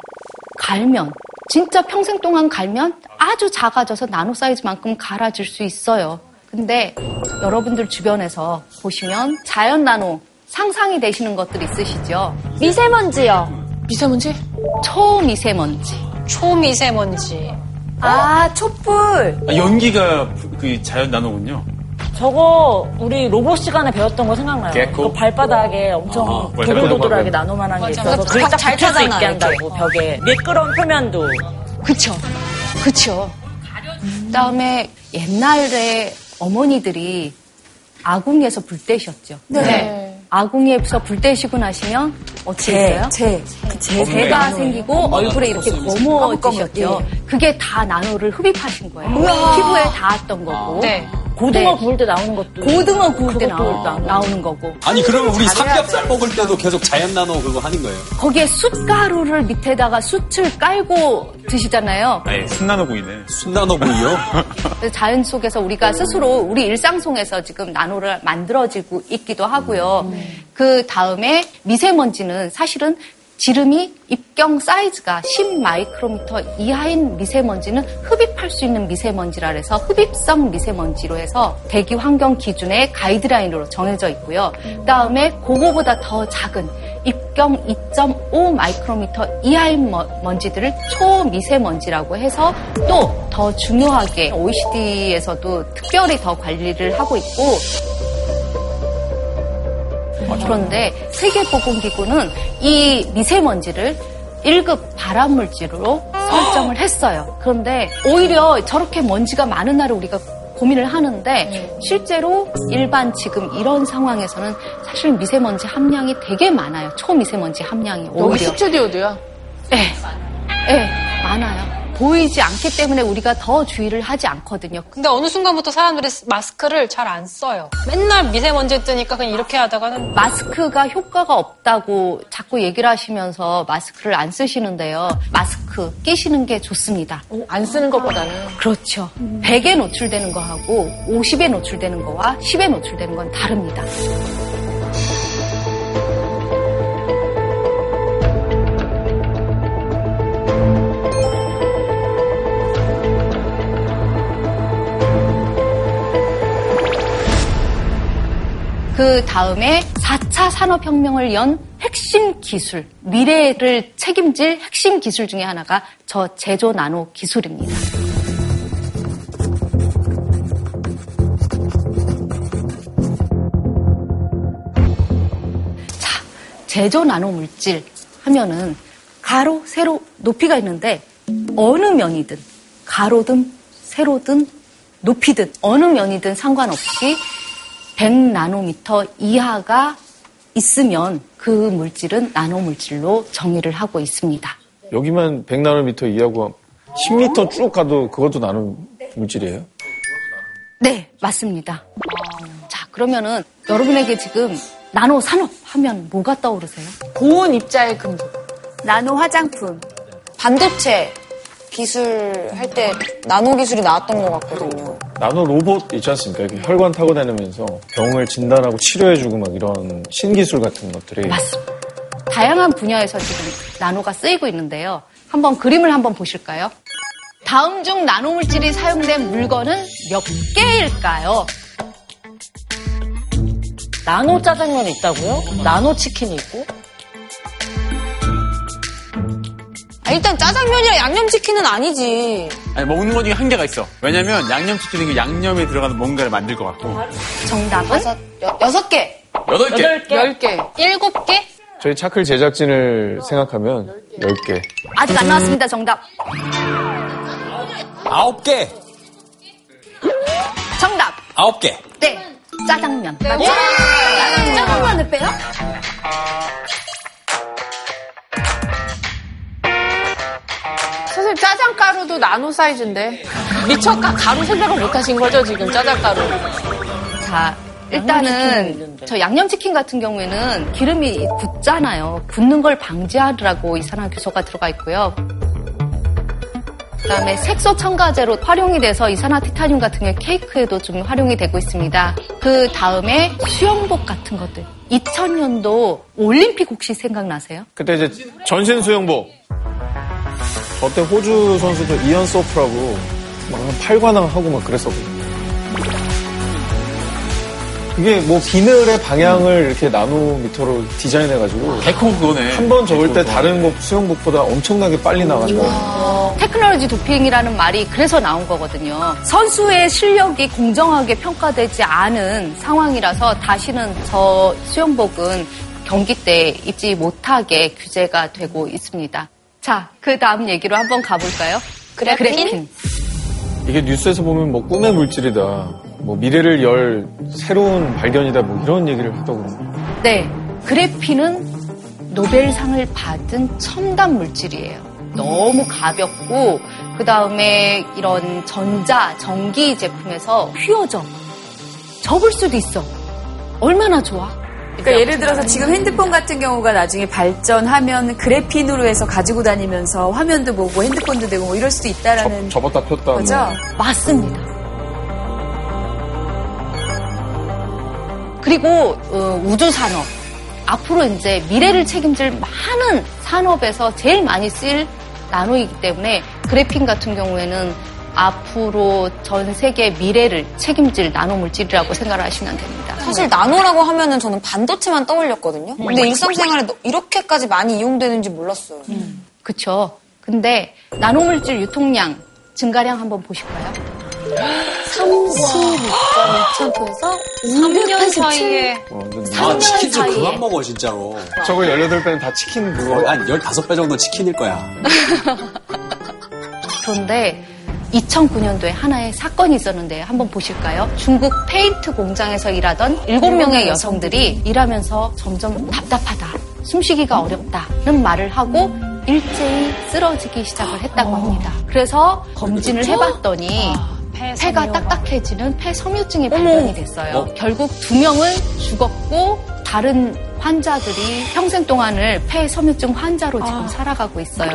Speaker 8: 갈면 진짜 평생 동안 갈면 아주 작아져서 나노 사이즈만큼 갈아질 수 있어요. 근데 여러분들 주변에서 보시면 자연 나노 상상이 되시는 것들 있으시죠? 미세먼지요.
Speaker 10: 미세먼지?
Speaker 8: 초미세먼지.
Speaker 6: 초미세먼지.
Speaker 9: 아, 촛불.
Speaker 4: 아, 연기가 그 자연 나노군요.
Speaker 7: 저거 우리 로봇 시간에 배웠던 거 생각나요?
Speaker 4: 개코?
Speaker 7: 그 발바닥에 엄청
Speaker 4: 아,
Speaker 7: 도돌도돌하게
Speaker 4: 발바닥.
Speaker 7: 나노만한 게
Speaker 4: 맞아,
Speaker 7: 있어서
Speaker 4: 맞아.
Speaker 7: 글자
Speaker 4: 잘
Speaker 7: 붙일 수
Speaker 4: 타잖아,
Speaker 7: 있게 한다고 벽에 미끄러운 표면도
Speaker 8: 그쵸. 그쵸. 그다음에 옛날에 어머니들이 아궁이에서 불 떼셨죠.
Speaker 9: 네.
Speaker 8: 아궁이에서 불 떼시고 나시면 어떻게
Speaker 9: 재,
Speaker 8: 했어요?
Speaker 9: 재. 그 재가
Speaker 8: 재가
Speaker 9: 나눠요.
Speaker 8: 네, 생기고
Speaker 9: 엄마가
Speaker 8: 얼굴에 이렇게
Speaker 9: 썼어요.
Speaker 8: 검어지셨죠.
Speaker 9: 깜깜하게.
Speaker 8: 그게 다 나노를 흡입하신 거예요.
Speaker 9: 우와.
Speaker 8: 피부에 닿았던 거고.
Speaker 9: 네.
Speaker 7: 고등어
Speaker 8: 구울 때 나오는 것도. 고등어 구울 때 나오, 나오는 거고.
Speaker 12: 아니 그러면 우리
Speaker 8: 잘해야
Speaker 12: 삼겹살 먹을 때도 계속 자연 나노 그거 하는 거예요.
Speaker 8: 거기에 숯가루를 밑에다가 숯을 깔고 드시잖아요.
Speaker 4: 아예 순나노구이네.
Speaker 12: 순나노구이요?
Speaker 8: 그래서 자연 속에서 우리가 스스로 우리 일상 속에서 지금 나노를 만들어지고 있기도 하고요. 그 다음에 미세먼지는 사실은 지름이 입경 사이즈가 10 마이크로미터 이하인 미세먼지는 흡입할 수 있는 미세먼지라 해서 흡입성 미세먼지로 해서 대기 환경 기준의 가이드라인으로 정해져 있고요. 그 다음에 그거보다 더 작은 입경 2.5 마이크로미터 이하인 머- 먼지들을 초미세먼지라고 해서 또 더 중요하게 OECD에서도 특별히 더 관리를 하고 있고 그런데 세계보건기구는 이 미세먼지를 1급 발암물질로 설정을 했어요. 그런데 오히려 저렇게 먼지가 많은 날에 우리가 고민을 하는데 실제로 일반 지금 이런 상황에서는 사실 미세먼지 함량이 되게 많아요. 초미세먼지 함량이
Speaker 10: 여기
Speaker 8: 오히려.
Speaker 10: 스튜디오도요?
Speaker 8: 네. 네, 많아요. 보이지 않기 때문에 우리가 더 주의를 하지 않거든요.
Speaker 6: 근데 어느 순간부터 사람들이 마스크를 잘 안 써요. 맨날 미세먼지 뜨니까 그냥 이렇게 하다가는
Speaker 8: 마스크가 효과가 없다고 자꾸 얘기를 하시면서 마스크를 안 쓰시는데요. 마스크 끼시는 게 좋습니다.
Speaker 10: 안 쓰는 것보다는.
Speaker 8: 그렇죠. 100에 노출되는 거하고 50에 노출되는 거와 10에 노출되는 건 다릅니다. 그 다음에 4차 산업혁명을 연 핵심 기술, 미래를 책임질 핵심 기술 중에 하나가 저 제조 나노 기술입니다. 제조 나노 물질 하면은 가로, 세로, 높이가 있는데 어느 면이든 가로든 세로든 높이든 어느 면이든 상관없이 100나노미터 이하가 있으면 그 물질은 나노 물질로 정의를 하고 있습니다.
Speaker 1: 여기만 100나노미터 이하고 10미터 쭉 가도 그것도 나노 물질이에요?
Speaker 8: 네, 맞습니다. 자, 그러면은 여러분에게 지금 나노 산업 하면 뭐가 떠오르세요?
Speaker 10: 고온 입자의 금속.
Speaker 9: 나노 화장품. 반도체 기술 할 때 나노 기술이 나왔던 것 같거든요.
Speaker 1: 나노 로봇 있지 않습니까? 이렇게 혈관 타고 다니면서 병을 진단하고 치료해주고 막 이런 신기술 같은 것들이.
Speaker 8: 맞습니다. 다양한 분야에서 지금 나노가 쓰이고 있는데요. 한번 그림을 한번 보실까요? 다음 중 나노 물질이 사용된 물건은 몇 개일까요?
Speaker 7: 나노 짜장면이 있다고요? 나노 치킨이 있고?
Speaker 9: 아, 일단 짜장면이랑 양념치킨은 아니지.
Speaker 4: 아니 먹는 것 중에 한계가 있어. 왜냐면 양념치킨은 그 양념에 들어가서 뭔가를 만들 것 같고.
Speaker 8: 정답은?
Speaker 9: 여, 여섯 개.
Speaker 4: 여덟 개.
Speaker 10: 열 개.
Speaker 6: 일곱 개?
Speaker 1: 저희 차클 제작진을 생각하면 10개.
Speaker 8: 아직 안 나왔습니다. 정답.
Speaker 12: 아홉 개,
Speaker 8: 정답.
Speaker 12: 아홉 개.
Speaker 8: 네. 짜장면.
Speaker 9: 짜장면을 빼요?
Speaker 10: 짜장가루도 나노 사이즈인데. 미처 가- 가루 생각을 못 하신 거죠, 지금, 짜장가루.
Speaker 8: 자, 일단은 저 양념치킨 같은 경우에는 기름이 굳잖아요. 굳는 걸 방지하라고 이산화 규소가 들어가 있고요. 그다음에 색소 첨가제로 활용이 돼서 이산화 티타늄 같은 게 케이크에도 좀 활용이 되고 있습니다. 그 다음에 수영복 같은 것들. 2000년도 올림픽 혹시 생각나세요?
Speaker 1: 그때 이제 전신 수영복. 저때 호주 선수도 이언 소프라고 막 팔관왕 하고 막 그랬었거든요. 그게 뭐 비늘의 방향을 이렇게 나노 미터로 디자인해가지고
Speaker 4: 개콘 그거네.
Speaker 12: 아,
Speaker 1: 한 번 접을 때 다른 것 수영복보다 엄청나게 빨리 나간다.
Speaker 8: 테크놀로지 도핑이라는 말이 그래서 나온 거거든요. 선수의 실력이 공정하게 평가되지 않은 상황이라서 다시는 저 수영복은 경기 때 입지 못하게 규제가 되고 있습니다. 자, 그 다음 얘기로 한번 가볼까요?
Speaker 1: 그래핀? 이게 뉴스에서 보면 뭐 꿈의 물질이다. 뭐 미래를 열 새로운 발견이다. 뭐 이런 얘기를 하더군요.
Speaker 8: 네. 그래핀은 노벨상을 받은 첨단 물질이에요. 너무 가볍고, 그 다음에 이런 전자, 전기 제품에서 휘어져. 접을 수도 있어. 얼마나 좋아?
Speaker 3: 그러니까 예를 들어서 지금 핸드폰 같은 경우가 나중에 발전하면 그래핀으로 해서 가지고 다니면서 화면도 보고 핸드폰도 되고 뭐 이럴 수도 있다라는
Speaker 1: 접었다 폈다. 뭐.
Speaker 3: 거죠?
Speaker 8: 맞습니다. 그리고 어, 우주 산업 앞으로 이제 미래를 책임질 많은 산업에서 제일 많이 쓰일 나노이기 때문에 그래핀 같은 경우에는 앞으로 전 세계 미래를 책임질 나노 물질이라고 생각하시면 됩니다.
Speaker 9: 사실 나노라고 하면은 저는 반도체만 떠올렸거든요. 근데
Speaker 8: 음.
Speaker 9: 일상생활에 너- 이렇게까지 많이 이용되는지 몰랐어요.
Speaker 6: 음.
Speaker 9: 음.
Speaker 8: 그쵸. 근데 나노물질 유통량 증가량 한번 보실까요?
Speaker 11: 36.2%에서
Speaker 6: 3년 사이에
Speaker 12: 아,
Speaker 11: 삼년
Speaker 12: 치킨집
Speaker 11: 사이에.
Speaker 12: 그만 먹어, 진짜로.
Speaker 1: 어, 저거 18배는 다 치킨
Speaker 12: 그거. 한 15배 정도 치킨일 거야.
Speaker 8: 그런데 2009년도에 하나의 사건이 있었는데 한번 보실까요? 중국 페인트 공장에서 일하던 7명의 여성들이 일하면서 점점 답답하다, 숨쉬기가 어렵다는 말을 하고 일제히 쓰러지기 시작을 했다고 합니다. 어. 그래서 검진을 해봤더니 폐가 딱딱해지는 폐섬유증이 발견이 됐어요.
Speaker 2: 어?
Speaker 8: 결국 두 명은 죽었고 다른 환자들이 평생 동안을 폐섬유증 환자로 지금 살아가고 음. 있어요.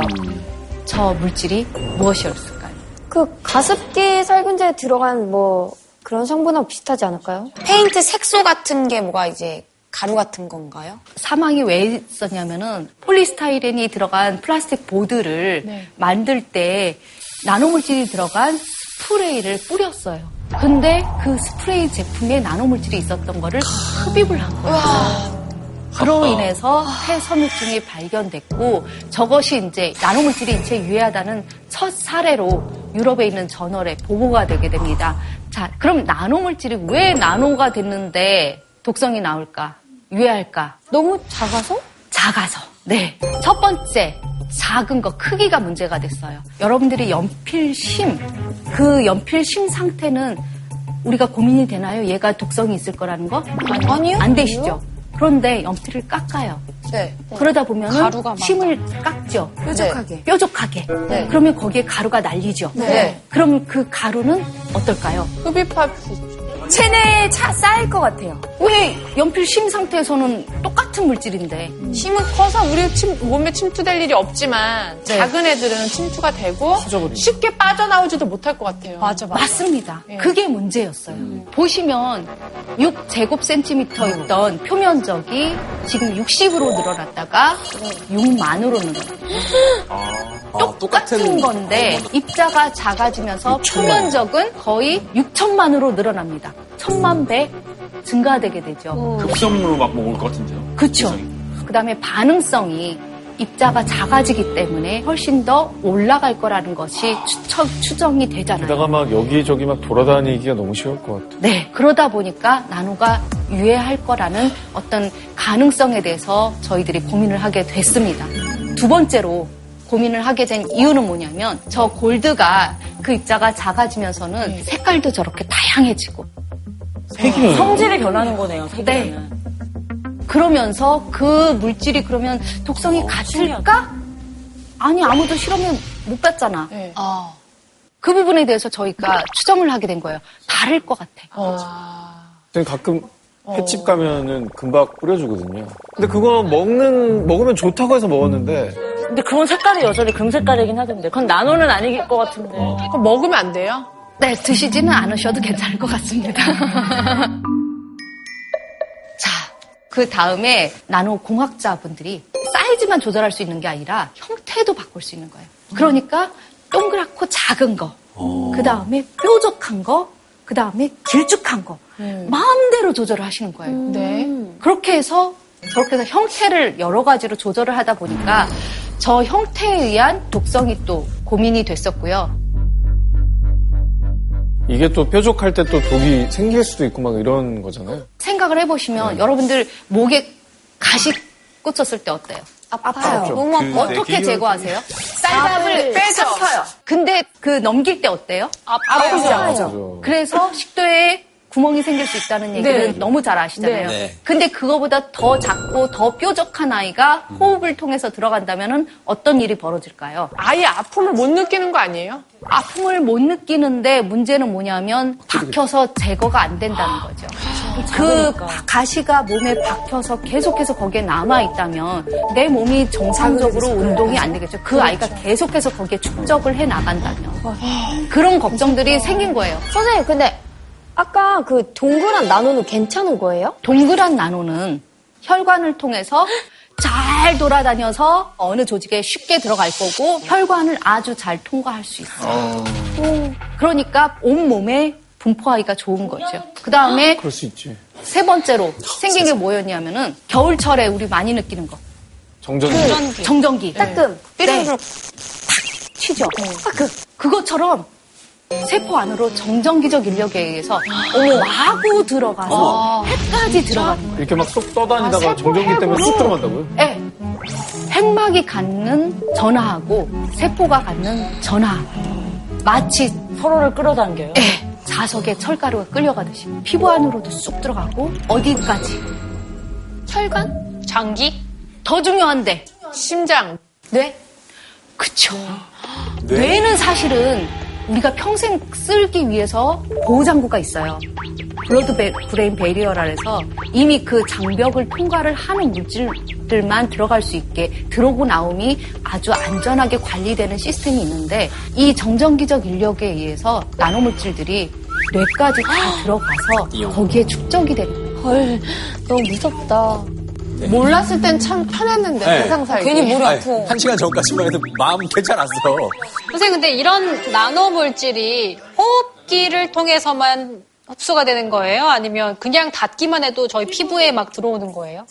Speaker 8: 저 물질이 무엇이었을까요?
Speaker 11: 그 가습기 살균제에 들어간 뭐 그런 성분하고 비슷하지 않을까요?
Speaker 9: 페인트 색소 같은 게 뭐가 이제 가루 같은 건가요?
Speaker 8: 사망이 왜 있었냐면은 폴리스타이렌이 들어간 플라스틱 보드를 만들 때 나노물질이 들어간 스프레이를 뿌렸어요. 근데 그 스프레이 제품에 나노물질이 있었던 거를 흡입을 한 거예요. 그로 인해서 폐섬유증이 발견됐고 저것이 이제 나노물질이 인체에 유해하다는 첫 사례로 유럽에 있는 저널에 보고가 되게 됩니다. 자, 그럼 나노물질이 왜 나노가 됐는데 독성이 나올까? 유해할까? 너무 작아서? 작아서. 네. 첫 번째, 작은 거, 크기가 문제가 됐어요. 여러분들이 연필심, 그 연필심 상태는 우리가 고민이 되나요? 얘가 독성이 있을 거라는 거?
Speaker 9: 아니요.
Speaker 8: 안 되시죠? 그런데 연필을 깎아요.
Speaker 9: 네.
Speaker 8: 그러다 보면
Speaker 9: 가루가
Speaker 8: 은
Speaker 9: 많아.
Speaker 8: 심을 깎죠.
Speaker 9: 뾰족하게.
Speaker 8: 네. 뾰족하게.
Speaker 9: 네.
Speaker 8: 그러면 거기에 가루가 날리죠.
Speaker 3: 네.
Speaker 8: 그럼 그 가루는 어떨까요?
Speaker 10: 흡입할
Speaker 8: 체내에 차 쌓일 것 같아요. 왜 연필 심 상태에서는 똑같은 물질인데
Speaker 10: 심은 커서 우리 침- 몸에 침투될 일이 없지만
Speaker 8: 네.
Speaker 10: 작은 애들은 침투가 되고 쉽게 빠져나오지도 못할 것 같아요. 맞아, 예. 음.
Speaker 8: 맞습니다. 그게 문제였어요. 보시면 6
Speaker 10: 음.
Speaker 8: 제곱센티미터였던 표면적이 지금 60으로 늘어났다가
Speaker 10: 음.
Speaker 8: 6만으로 늘어났어요. 아,
Speaker 10: 아,
Speaker 8: 똑같은 건데
Speaker 10: 어, 뭐.
Speaker 8: 입자가 작아지면서 표면적은 거의 6천만으로 늘어납니다. 천만 배 증가되게
Speaker 10: 음.
Speaker 8: 되죠.
Speaker 4: 급선무로 막 먹을 것 같은데요.
Speaker 8: 그렇죠. 그다음에 반응성이 입자가 작아지기 때문에 훨씬 더 올라갈 거라는 것이 추측, 추정이 되잖아요.
Speaker 1: 게다가 막 여기저기 막 돌아다니기가 너무 쉬울 것 같아.
Speaker 8: 네, 그러다 보니까 나노가 유해할 거라는 어떤 가능성에 대해서 저희들이 고민을 하게 됐습니다. 두 번째로 고민을 하게 된 이유는 뭐냐면 저 골드가 그 입자가 작아지면서는 색깔도 저렇게 다양해지고
Speaker 7: 색이요?
Speaker 8: 성질이 변하는 거네요. 네. 그러면서 그 물질이 그러면 독성이 같을까? 아니 아무도 실험해 못 봤잖아. 어. 그 부분에 대해서 저희가 추정을 하게 된 거예요. 다를 것 같아.
Speaker 1: 저는 가끔 횟집 가면은 금박 뿌려주거든요. 근데 그거 먹는 먹으면 좋다고 해서 먹었는데
Speaker 7: 근데 그건 색깔이 여전히 금 색깔이긴 하던데. 그건 나노는 아닐 것 같은데.
Speaker 4: 어.
Speaker 10: 그럼 먹으면 안 돼요?
Speaker 8: 네, 드시지는 않으셔도 괜찮을 것 같습니다. 자, 그 다음에 나노 공학자분들이 사이즈만 조절할 수 있는 게 아니라 형태도 바꿀 수 있는 거예요. 그러니까 동그랗고 작은 거, 그 다음에 뾰족한 거, 그 다음에 길쭉한 거, 마음대로 조절을 하시는 거예요.
Speaker 10: 네.
Speaker 8: 그렇게 해서 그렇게 해서 형태를 여러 가지로 조절을 하다 보니까 저 형태에 의한 독성이 또 고민이 됐었고요.
Speaker 1: 이게 또 뾰족할 때 또 독이 생길 수도 있고 막 이런 거잖아요.
Speaker 8: 생각을 해보시면 여러분들 목에 가시 꽂혔을 때 어때요? 아파요.
Speaker 1: 아프죠.
Speaker 8: 너무 아파.
Speaker 1: 그
Speaker 8: 어떻게
Speaker 1: 내기
Speaker 8: 제거하세요?
Speaker 11: 아, 네.
Speaker 8: 쌀밥을
Speaker 10: 빼서.
Speaker 8: 요 근데 그 넘길 때 어때요?
Speaker 10: 아파요. 아프죠.
Speaker 8: 아프죠. 그래서 식도에 구멍이 생길 수 있다는 얘기를
Speaker 10: 네.
Speaker 8: 너무 잘 아시잖아요.
Speaker 10: 네. 네.
Speaker 8: 근데 그거보다 더 작고 더 뾰족한 아이가 호흡을 통해서 들어간다면 어떤 일이 벌어질까요?
Speaker 10: 아예 아픔을 못 느끼는 거 아니에요?
Speaker 8: 아픔을 못 느끼는데 문제는 뭐냐면 박혀서 제거가 안 된다는 거죠. 그 바- 가시가 몸에 박혀서 계속해서 거기에 남아 있다면 내 몸이 정상적으로 운동이 안 되겠죠. 그 아이가 계속해서 거기에 축적을 해 나간다면 그런 걱정들이 생긴 거예요.
Speaker 11: 선생님, 근데 아까 그 동그란 나노는 괜찮은 거예요?
Speaker 8: 동그란 나노는 혈관을 통해서 잘 돌아다녀서 어느 조직에 쉽게 들어갈 거고 혈관을 아주 잘 통과할 수 있어요. 그러니까 온 몸에 분포하기가 좋은 거죠. 그 다음에
Speaker 1: 그럴 수 있지.
Speaker 8: 세 번째로 생긴 게 뭐였냐면은 겨울철에 우리 많이 느끼는 거.
Speaker 1: 정전기.
Speaker 8: 정전기. 정전기. 네. 따끔. 네. 삐르륵. 탁 치죠. 따끔. 그것처럼 세포 안으로 정전기적 인력에 의해서 마구 아. 들어가서 해까지 들어가는 거예요.
Speaker 1: 이렇게 막 쏙
Speaker 8: 아,
Speaker 1: 떠다니다가 정전기 때문에 쑥 들어간다고요?
Speaker 8: 네. 핵막이 갖는 전하하고 세포가 갖는 전하. 마치 서로를 끌어당겨요. 네. 자석에 철가루가 끌려가듯이 피부 안으로도 쑥 들어가고 어디까지? 혈관? 장기? 더 중요한데 심장, 뇌? 그쵸. 뇌는 사실은 우리가 평생 쓸기 위해서 보호장구가 있어요. 블러드 베- 브레인 베리어라 해서 이미 그 장벽을 통과를 하는 물질들만 들어갈 수 있게 들어오고 나옴이 아주 안전하게 관리되는 시스템이 있는데 이 정전기적 인력에 의해서 나노물질들이 뇌까지 다 들어가서 거기에 축적이 되는 거예요. 헐, 너무 무섭다.
Speaker 10: 몰랐을 땐 참 편했는데
Speaker 12: 네.
Speaker 10: 세상 살기.
Speaker 12: 아니, 한 시간 전까지만 해도 마음 괜찮았어.
Speaker 6: 선생님 근데 이런 나노 물질이 호흡기를 통해서만 흡수가 되는 거예요? 아니면 그냥 닿기만 해도 저희 피부에 막 들어오는 거예요?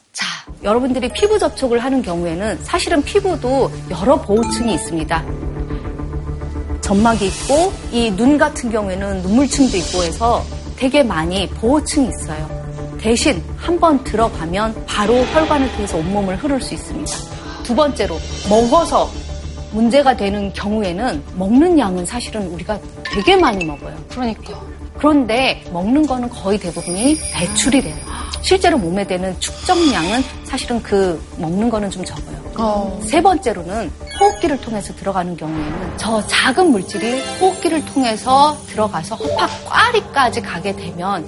Speaker 8: 여러분들이 피부 접촉을 하는 경우에는 사실은 피부도 여러 보호층이 있습니다. 점막이 있고 이 눈 같은 경우에는 눈물층도 있고 해서 되게 많이 보호층이 있어요. 대신 한 번 들어가면 바로 혈관을 통해서 온몸을 흐를 수 있습니다. 두 번째로 먹어서 문제가 되는 경우에는 먹는 양은 사실은 우리가 되게 많이 먹어요.
Speaker 6: 그러니까.
Speaker 8: 그런데 먹는 거는 거의 대부분이 배출이 돼요. 실제로 몸에 되는 축적량은 사실은 그 먹는 거는 좀 적어요. 세 번째로는 호흡기를 통해서 들어가는 경우에는 저 작은 물질이 호흡기를 통해서 들어가서 허파꽈리까지 가게 되면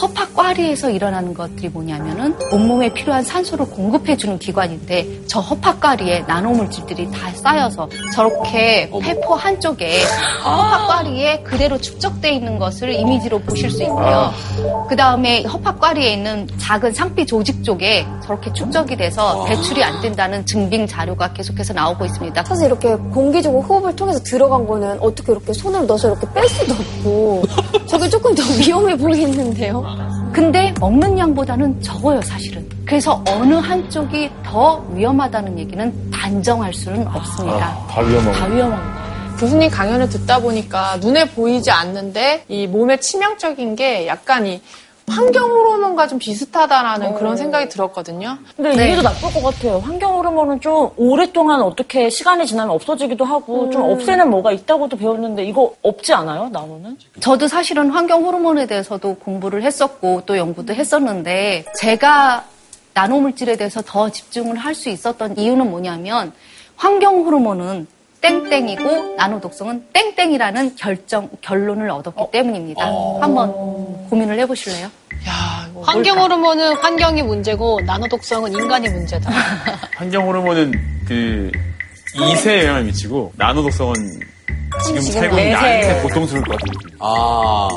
Speaker 8: 허파꽈리에서 일어나는 것들이 뭐냐면은 온몸에 필요한 산소를 공급해주는 기관인데 저 허파꽈리에 나노물질들이 다 쌓여서 저렇게 폐포 한쪽에 허파꽈리에 그대로 축적돼 있는 것을 이미지로 보실 수 있고요. 그 다음에 허파꽈리에 있는 작은 상피 조직 쪽에 저렇게 축적이 돼서 배출이 안 된다는 증빙 자료가 계속해서 나오고 있습니다.
Speaker 11: 사실 이렇게 공기적으로 호흡을 통해서 들어간 거는 어떻게 이렇게 손을 넣어서 이렇게 뺄 수도 없고 저게 조금 더 위험해 보이는데요.
Speaker 8: 근데 먹는 양보다는 적어요, 사실은. 그래서 어느 한쪽이 더 위험하다는 얘기는 단정할 수는 없습니다.
Speaker 1: 아, 다 위험하고.
Speaker 8: 다 위험한
Speaker 10: 교수님 강연을 듣다 보니까 눈에 보이지 않는데 이 몸에 치명적인 게 약간 이 환경 호르몬과 좀 비슷하다라는 그런 생각이 들었거든요.
Speaker 7: 근데 이게 더 나쁠 것 같아요. 환경 호르몬은 좀 오랫동안 어떻게 시간이 지나면 없어지기도 하고 좀
Speaker 8: 음.
Speaker 7: 없애는 뭐가 있다고도 배웠는데 이거 없지 않아요? 나노는?
Speaker 8: 저도 사실은 환경 호르몬에 대해서도 공부를 했었고 또 연구도 했었는데 제가 나노물질에 대해서 더 집중을 할 수 있었던 이유는 뭐냐면 환경 호르몬은 땡땡이고 나노 독성은 땡땡이라는 결정 결론을 얻었기 때문입니다. 한번 고민을 해보실래요?
Speaker 6: 환경 호르몬은 환경이 문제고 나노 독성은 인간이 문제다.
Speaker 4: 환경 호르몬은 그 2세에 영향을 미치고 나노 독성은 지금
Speaker 6: 지금
Speaker 4: 살고
Speaker 6: 네
Speaker 4: 있는 나한테
Speaker 6: 세예요.
Speaker 4: 고통스러울 것 같은 느낌. 아.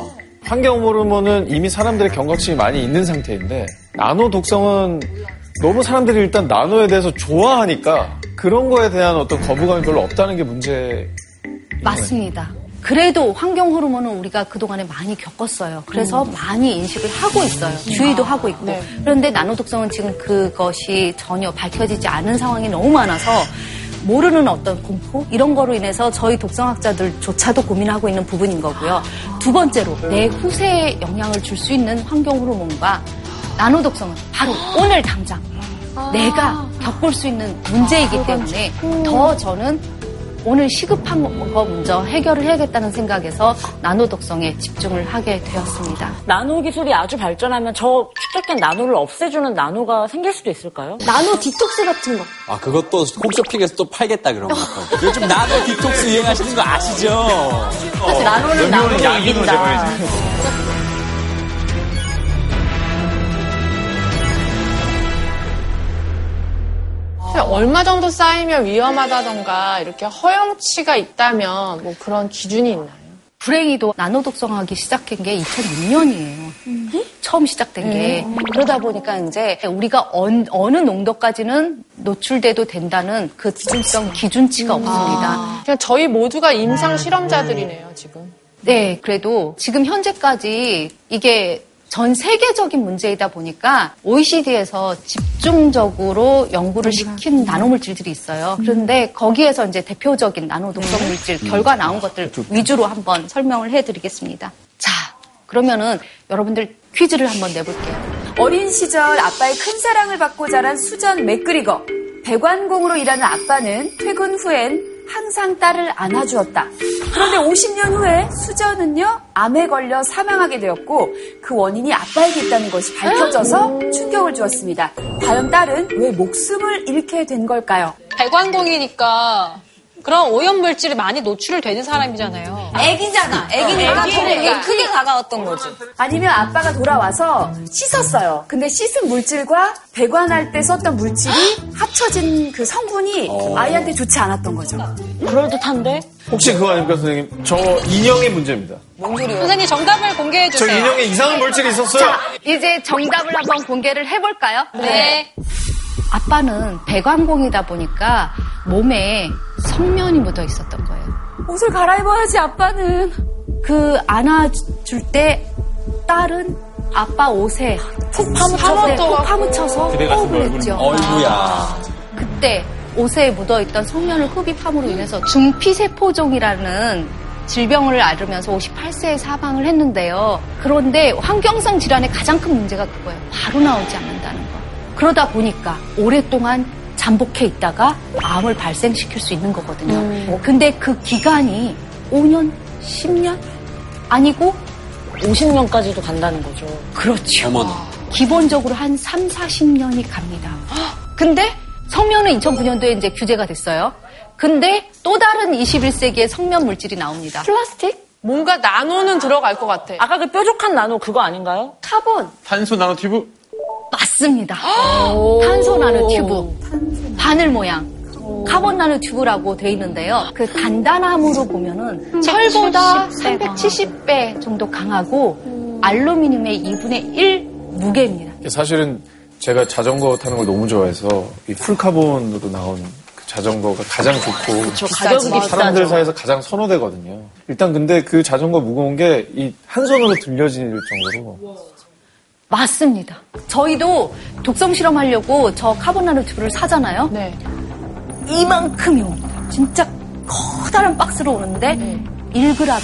Speaker 1: 환경 호르몬은 이미 사람들의 경각심이 많이 있는 상태인데 나노 독성은 너무 사람들이 일단 나노에 대해서 좋아하니까 그런 거에 대한 어떤 거부감이 별로 없다는 게 문제.
Speaker 8: 맞습니다. 그래도 환경 호르몬은 우리가 그동안에 많이 겪었어요. 그래서 많이 인식을 하고 있어요. 주의도 하고 있고. 그런데 나노 독성은 지금 그것이 전혀 밝혀지지 않은 상황이 너무 많아서 모르는 어떤 공포 이런 거로 인해서 저희 독성학자들조차도 고민하고 있는 부분인 거고요. 두 번째로 내 후세에 영향을 줄 수 있는 환경 호르몬과 나노 독성은 바로 오늘 당장 내가 겪을 수 있는 문제이기 때문에 더 저는 오늘 시급한 거 먼저 해결을 해야겠다는 생각에서 나노 독성에 집중을 하게 되었습니다.
Speaker 7: 나노 기술이 아주 발전하면 저 축적된 나노를 없애주는 나노가 생길 수도 있을까요?
Speaker 11: 나노 디톡스 같은 거.
Speaker 12: 아, 그것도 홈쇼핑에서 또 팔겠다, 그런 거. 요즘 나노 디톡스 유행하시는 거 아시죠?
Speaker 7: 사실 나노는
Speaker 12: 어,
Speaker 7: 나노로
Speaker 12: 양으로
Speaker 7: 이긴다.
Speaker 12: 제거해주세요.
Speaker 10: 사실 얼마 정도 쌓이면 위험하다던가 이렇게 허용치가 있다면 뭐 그런 기준이 있나요?
Speaker 8: 불행히도 나노 독성하기 시작한 게 2006년이에요. 처음 시작된 게
Speaker 9: 음.
Speaker 8: 그러다 보니까 이제 우리가 언- 어느 농도까지는 노출돼도 된다는 그 기준성 기준치가 없습니다.
Speaker 10: 그냥 저희 모두가 임상 실험자들이네요 지금.
Speaker 8: 네, 그래도 지금 현재까지 이게 전 세계적인 문제이다 보니까 OECD에서 집중적으로 연구를 음. 시킨 나노물질들이 있어요. 그런데 거기에서 이제 대표적인 나노 독성 물질 결과 나온 것들 위주로 한번 설명을 해드리겠습니다. 자, 그러면은 여러분들 퀴즈를 한번 내볼게요.
Speaker 3: 어린 시절 아빠의 큰 사랑을 받고 자란 수전 맥그리거. 배관공으로 일하는 아빠는 퇴근 후엔 항상 딸을 안아주었다. 그런데 50년 후에 수전은요, 암에 걸려 사망하게 되었고, 그 원인이 아빠에게 있다는 것이 밝혀져서 충격을 주었습니다. 과연 딸은 왜 목숨을 잃게 된 걸까요?
Speaker 6: 배관공이니까 그런 오염물질이 많이 노출을 되는
Speaker 5: 음.
Speaker 6: 사람이잖아요.
Speaker 9: 애기잖아. 애기니까 더 되게 크게
Speaker 3: 다가왔던 거지. 아니면 아빠가 돌아와서 씻었어요. 근데 씻은 물질과 배관할 때 썼던 물질이 합쳐진 그 성분이
Speaker 1: 어.
Speaker 3: 아이한테 좋지 않았던 거죠.
Speaker 7: 그럴듯한데?
Speaker 1: 혹시 그거 아닙니까, 선생님? 저 인형의 문제입니다.
Speaker 6: 선생님 정답을 공개해
Speaker 1: 저
Speaker 6: 주세요.
Speaker 1: 인형에 이상한 물질이 있었어요.
Speaker 8: 이제 정답을 한번 공개를 해볼까요?
Speaker 6: 네.
Speaker 8: 아빠는 배관공이다 보니까 몸에 성면이 묻어 있었던 거예요.
Speaker 3: 옷을 갈아입어야지 아빠는.
Speaker 8: 그 안아줄 때 딸은 아빠 옷에 푹
Speaker 10: 파묻혀서.
Speaker 8: 네, 푹 파묻혀서
Speaker 12: 그대 같은
Speaker 8: 호흡을
Speaker 12: 얼굴.
Speaker 8: 했죠.
Speaker 12: 어이구야.
Speaker 8: 그때 옷에 묻어있던 성면을 흡입함으로 인해서 중피세포종이라는 질병을 앓으면서 58세에 사망을 했는데요. 그런데 환경성 질환의 가장 큰 문제가 그거예요. 바로 나오지 않는다는 거. 그러다 보니까 오랫동안 잠복해 있다가 암을 발생시킬 수 있는 거거든요. 근데 그 기간이 5년, 10년 아니고
Speaker 7: 50년까지도 간다는 거죠.
Speaker 8: 그렇죠. 기본적으로 한 3, 40년이 갑니다. 근데 성면은 2009년도에 이제 규제가 됐어요. 근데 또 다른 21세기의 성면 물질이 나옵니다.
Speaker 10: 플라스틱? 뭔가 나노는 들어갈 것 같아.
Speaker 7: 아까 그 뾰족한 나노 그거 아닌가요?
Speaker 8: 카본.
Speaker 4: 탄소 나노 튜브?
Speaker 8: 맞습니다. 아! 탄소 나노 튜브. 바늘 모양. 카본 나노 튜브라고 돼 있는데요. 그 단단함으로 보면은 철보다 370배 정도 강하고 알루미늄의 2분의 1 무게입니다.
Speaker 1: 사실은 제가 자전거 타는 걸 너무 좋아해서 이 풀카본으로 나온 그 자전거가 가장 좋고
Speaker 7: 가격이 비싸죠.
Speaker 1: 그 사람들 사이에서 가장 선호되거든요. 일단 근데 그 자전거 무거운 게 이 한 손으로 들려질 정도로
Speaker 8: 맞습니다. 저희도 독성 실험하려고 저 카본 나노 튜브를 사잖아요. 네. 이만큼이 옵니다. 진짜 커다란 박스로 오는데 1g이에요.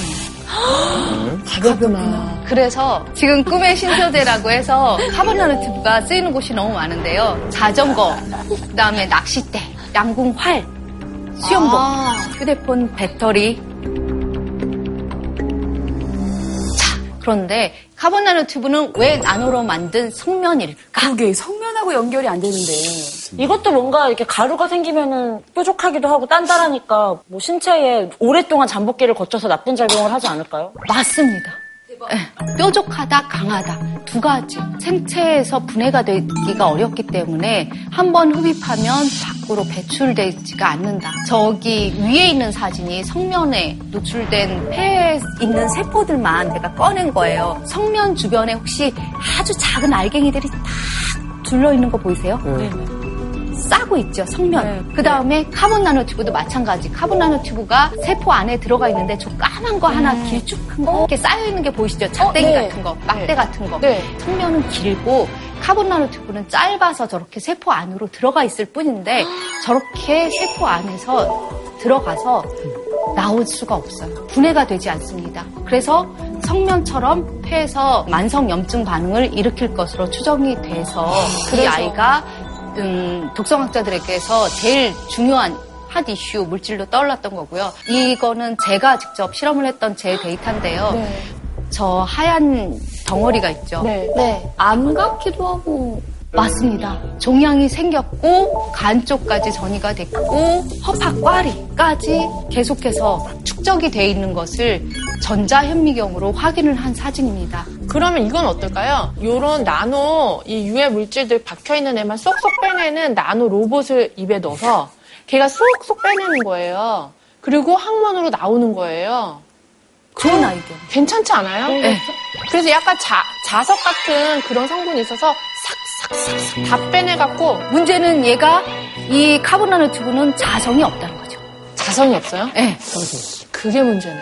Speaker 8: 가격구나. 그래서 지금 꿈의 신세대라고 해서 카본 나노 튜브가 쓰이는 곳이 너무 많은데요. 자전거, 그다음에 낚싯대, 양궁활, 수영복, 휴대폰 배터리, 그런데 카본 나노 튜브는 왜 나노로 만든 성면일까?
Speaker 3: 그게 성면하고
Speaker 5: 사람하고 연결이 안 되는데.
Speaker 7: 이것도 뭔가 이렇게 가루가 생기면은 뾰족하기도 하고 딴딴하니까 뭐 신체에 오랫동안 잠복기를 거쳐서 나쁜 작용을 하지 않을까요?
Speaker 8: 맞습니다. 예, 뾰족하다, 강하다 두 가지 생체에서 분해가 되기가 어렵기 때문에 한 번 흡입하면 밖으로 배출되지가 않는다. 저기 위에 있는 사진이 성면에 노출된 폐에 있는 세포들만 제가 꺼낸 거예요. 성면 주변에 혹시 아주 작은 알갱이들이 딱 둘러 있는 거 보이세요? 싸고 있죠
Speaker 2: 네,
Speaker 8: 성면. 그 다음에 카본 나노튜브도 마찬가지. 카본 나노튜브가 세포 안에 들어가 있는데 저 까만 거 하나 길쭉한 거 이렇게 쌓여 있는 게 보이시죠? 작대기
Speaker 2: 음. 어, 네.
Speaker 8: 같은 거, 막대 같은 거. 성면은 길고 카본 나노튜브는 짧아서 저렇게 세포 안으로 들어가 있을 뿐인데 저렇게 세포 안에서 들어가서 나올 수가 없어요. 분해가 되지 않습니다. 그래서 성면처럼 폐에서 만성 염증 반응을 일으킬 것으로 추정이 돼서 그
Speaker 2: 그래서.
Speaker 8: 아이가 음, 독성학자들에게서 제일 중요한 핫 이슈 물질로 떠올랐던 거고요. 이거는 제가 직접 실험을 했던 제 데이터인데요. 저 하얀 덩어리가 있죠.
Speaker 11: 네. 암 같기도 하고.
Speaker 8: 맞습니다. 종양이 생겼고 간 쪽까지 전이가 됐고 허파꽈리까지 계속해서 축적이 돼 있는 것을 전자현미경으로 확인을 한 사진입니다.
Speaker 10: 그러면 이건 어떨까요? 요런 나노 이 유해 물질들 박혀 있는 애만 쏙쏙 빼내는 나노 로봇을 입에 넣어서 걔가 쏙쏙 빼내는 거예요. 그리고 항문으로 나오는 거예요.
Speaker 8: 좋은 아이디어.
Speaker 10: 괜찮지 않아요? 네. 그래서 약간 자, 자석 같은 그런 성분이 있어서 싹싹싹싹 다 빼내갖고
Speaker 8: 문제는 얘가 이 카본 나노튜브는 자성이 없다는 거죠.
Speaker 10: 자성이 없어요?
Speaker 8: 네.
Speaker 10: 그게 문제네.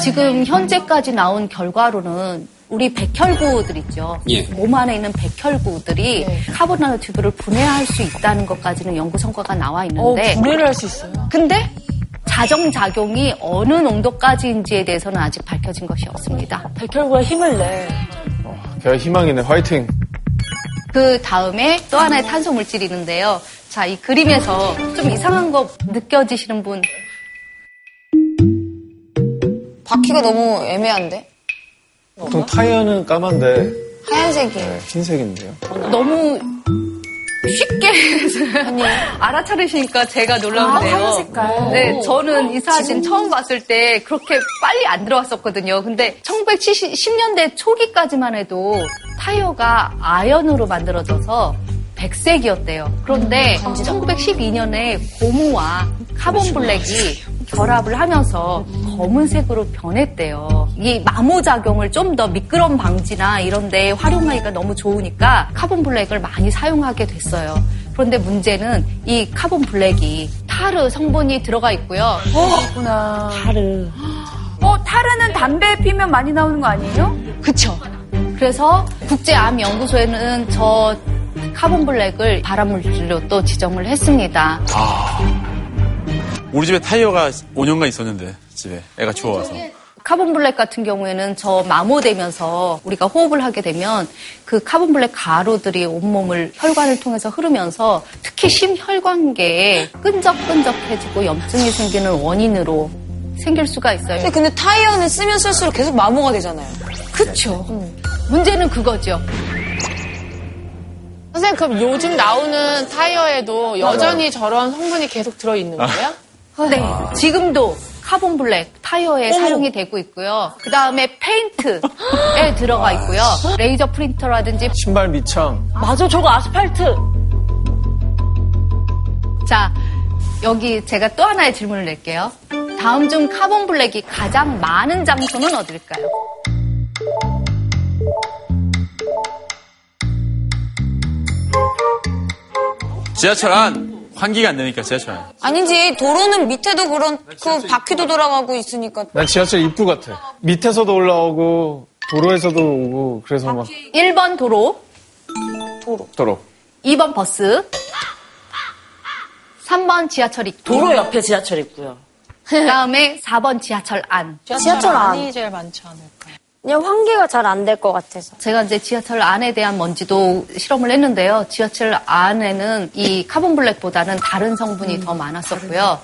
Speaker 8: 지금 현재까지 나온 결과로는 우리 백혈구들 있죠.
Speaker 12: 예.
Speaker 8: 몸 안에 있는 백혈구들이 카본 나노튜브를 분해할 수 있다는 것까지는 연구 성과가 나와
Speaker 7: 네.
Speaker 8: 있는데
Speaker 10: 어, 할 수 있어요.
Speaker 8: 어, 근데 자정작용이 어느 농도까지인지에 대해서는 아직 밝혀진 것이 없습니다.
Speaker 7: 백혈구가 힘을 내.
Speaker 1: 걔가 희망이네. 화이팅.
Speaker 8: 그 다음에 또 하나의 탄소 물질이 있는데요. 자, 이 그림에서 좀 이상한 거 느껴지시는 분.
Speaker 9: 바퀴가 너무 애매한데?
Speaker 1: 보통 타이어는 까만데
Speaker 9: 하얀색이에요.
Speaker 1: 네, 흰색인데요.
Speaker 8: 너무 쉽게 알아차리시니까 제가 놀라운데요.
Speaker 2: 아, 하얀 색깔.
Speaker 8: 네,
Speaker 2: 오.
Speaker 8: 저는 이 사진 처음 봤을 때 그렇게 빨리 안 들어왔었거든요. 근데 1970년대 초기까지만 해도 타이어가 아연으로 만들어져서 백색이었대요. 그런데
Speaker 2: 음,
Speaker 8: 1912년에 고무와
Speaker 5: 그렇죠.
Speaker 8: 카본 블랙이 결합을 하면서 검은색으로 변했대요. 이 마모작용을 좀 더 미끄럼 방지나 이런 데 활용하기가 너무 좋으니까 카본 블랙을 많이 사용하게 됐어요. 그런데 문제는 이 카본 블랙이 타르 성분이 들어가 있고요.
Speaker 5: 그렇구나.
Speaker 7: 타르.
Speaker 5: 어, 타르는 담배 피면 많이 나오는 거 아니에요?
Speaker 8: 그쵸. 그래서 국제암연구소에는 저 카본 블랙을 발암물질로 또 지정을 했습니다.
Speaker 4: 우리 집에 타이어가 5년간 있었는데 집에 애가 추워와서
Speaker 8: 카본 블랙 같은 경우에는 저 마모되면서 우리가 호흡을 하게 되면 그 카본 블랙 가루들이 온몸을 혈관을 통해서 흐르면서 특히 심혈관계에 끈적끈적해지고 염증이 생기는 원인으로 생길 수가 있어요.
Speaker 9: 근데, 근데 타이어는 쓰면 쓸수록 계속 마모가 되잖아요. 음.
Speaker 8: 그쵸. 문제는 그거죠.
Speaker 10: 선생님, 그럼 요즘 나오는 타이어에도 여전히 저런 성분이 계속 들어있는 거예요?
Speaker 8: 네. 지금도 카본 블랙 타이어에 사용이 되고 있고요. 그 다음에 페인트에 들어가 있고요. 레이저 프린터라든지
Speaker 1: 신발 밑창.
Speaker 7: 맞아, 저거 아스팔트.
Speaker 8: 자, 여기 제가 또 하나의 질문을 낼게요. 다음 중 카본 블랙이 가장 많은 장소는 어딜까요?
Speaker 4: 지하철 안 환기가 안 되니까 지하철 안
Speaker 9: 아니지, 도로는 밑에도 그렇고, 바퀴도 돌아가고 있으니까.
Speaker 1: 난 지하철 입구 같아. 밑에서도 올라오고 도로에서도 오고 그래서 막
Speaker 8: 1번 도로,
Speaker 1: 도로.
Speaker 8: 2번 버스, 3번 지하철 입구,
Speaker 7: 도로 옆에 지하철 있고요.
Speaker 8: 그 다음에 4번 지하철 안.
Speaker 11: 지하철 안.
Speaker 6: 안이 제일 많지 않을까.
Speaker 11: 그냥 환기가 잘 안 될 것 같아서.
Speaker 8: 제가 이제 지하철 안에 대한 먼지도 실험을 했는데요. 지하철 안에는 이 카본 블랙보다는 다른 성분이 더 많았었고요.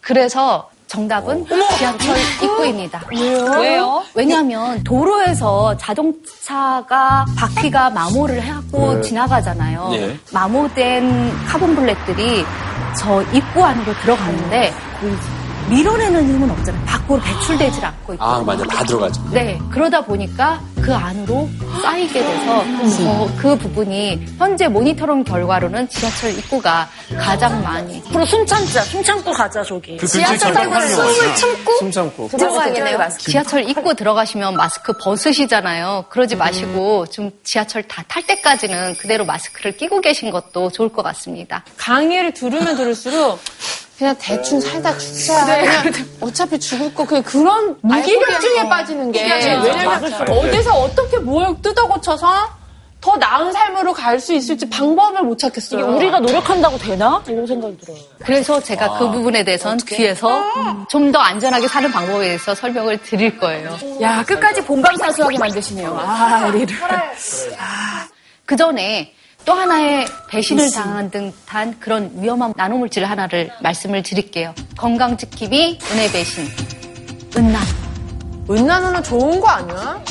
Speaker 8: 그래서 정답은 지하철 입구입니다.
Speaker 11: 어. 왜요? 네. 왜요?
Speaker 8: 왜냐하면 도로에서 자동차가 바퀴가 마모를 하고
Speaker 11: 네.
Speaker 8: 지나가잖아요.
Speaker 11: 예.
Speaker 8: 마모된 카본 블랙들이 저 입구 안으로 들어가는데
Speaker 11: 음.
Speaker 8: 밀어내는 힘은 없잖아요. 밖으로 배출되질 않고 있고.
Speaker 12: 아, 맞아. 다 들어가죠.
Speaker 8: 네, 그러다 보니까 그 안으로 쌓이게 돼서 어, 그 부분이 현재 모니터링 결과로는 지하철 입구가 가장 많이. 앞으로 숨 참자, 숨 참고 가자, 그 저기.
Speaker 1: 그 근처에
Speaker 8: 지하철
Speaker 1: 잠깐
Speaker 8: 입구는
Speaker 1: 가려고
Speaker 8: 숨을
Speaker 1: 하지.
Speaker 8: 참고
Speaker 1: 숨 참고.
Speaker 8: 들어가겠네요. 지하철 입구 들어가시면 마스크 벗으시잖아요. 그러지 마시고 좀 지하철 다 탈 때까지는 그대로 마스크를 끼고 계신 것도 좋을 것 같습니다.
Speaker 10: 강의를 들으면 들을수록 그냥 대충 살다 죽자. 아, 그냥 어차피 죽을 거 그냥 그런 네. 무기력증에
Speaker 11: 알고
Speaker 10: 빠지는 게
Speaker 11: 무기력증.
Speaker 10: 왜냐면
Speaker 11: 맞아요.
Speaker 10: 어디서 어떻게 뭘 뜯어고쳐서 더 나은 삶으로 갈 수 있을지 방법을 못 찾겠어요.
Speaker 8: 이게 우리가
Speaker 10: 노력한다고 되나? 이런 생각이 들어요.
Speaker 8: 그래서 제가 그 부분에 대해서는 아. 뒤에서 좀 더 안전하게 사는 방법에 대해서 설명을 드릴 거예요.
Speaker 10: 아,
Speaker 5: 야, 끝까지 본방사수하게 만드시네요. 아, 우리를.
Speaker 8: 그 전에 또 하나의 배신을 당한 듯한 그런 위험한 나노물질 하나를 말씀을 드릴게요. 건강 지킴이, 은혜 배신, 은나.
Speaker 10: 은나노는 좋은 거 아니야?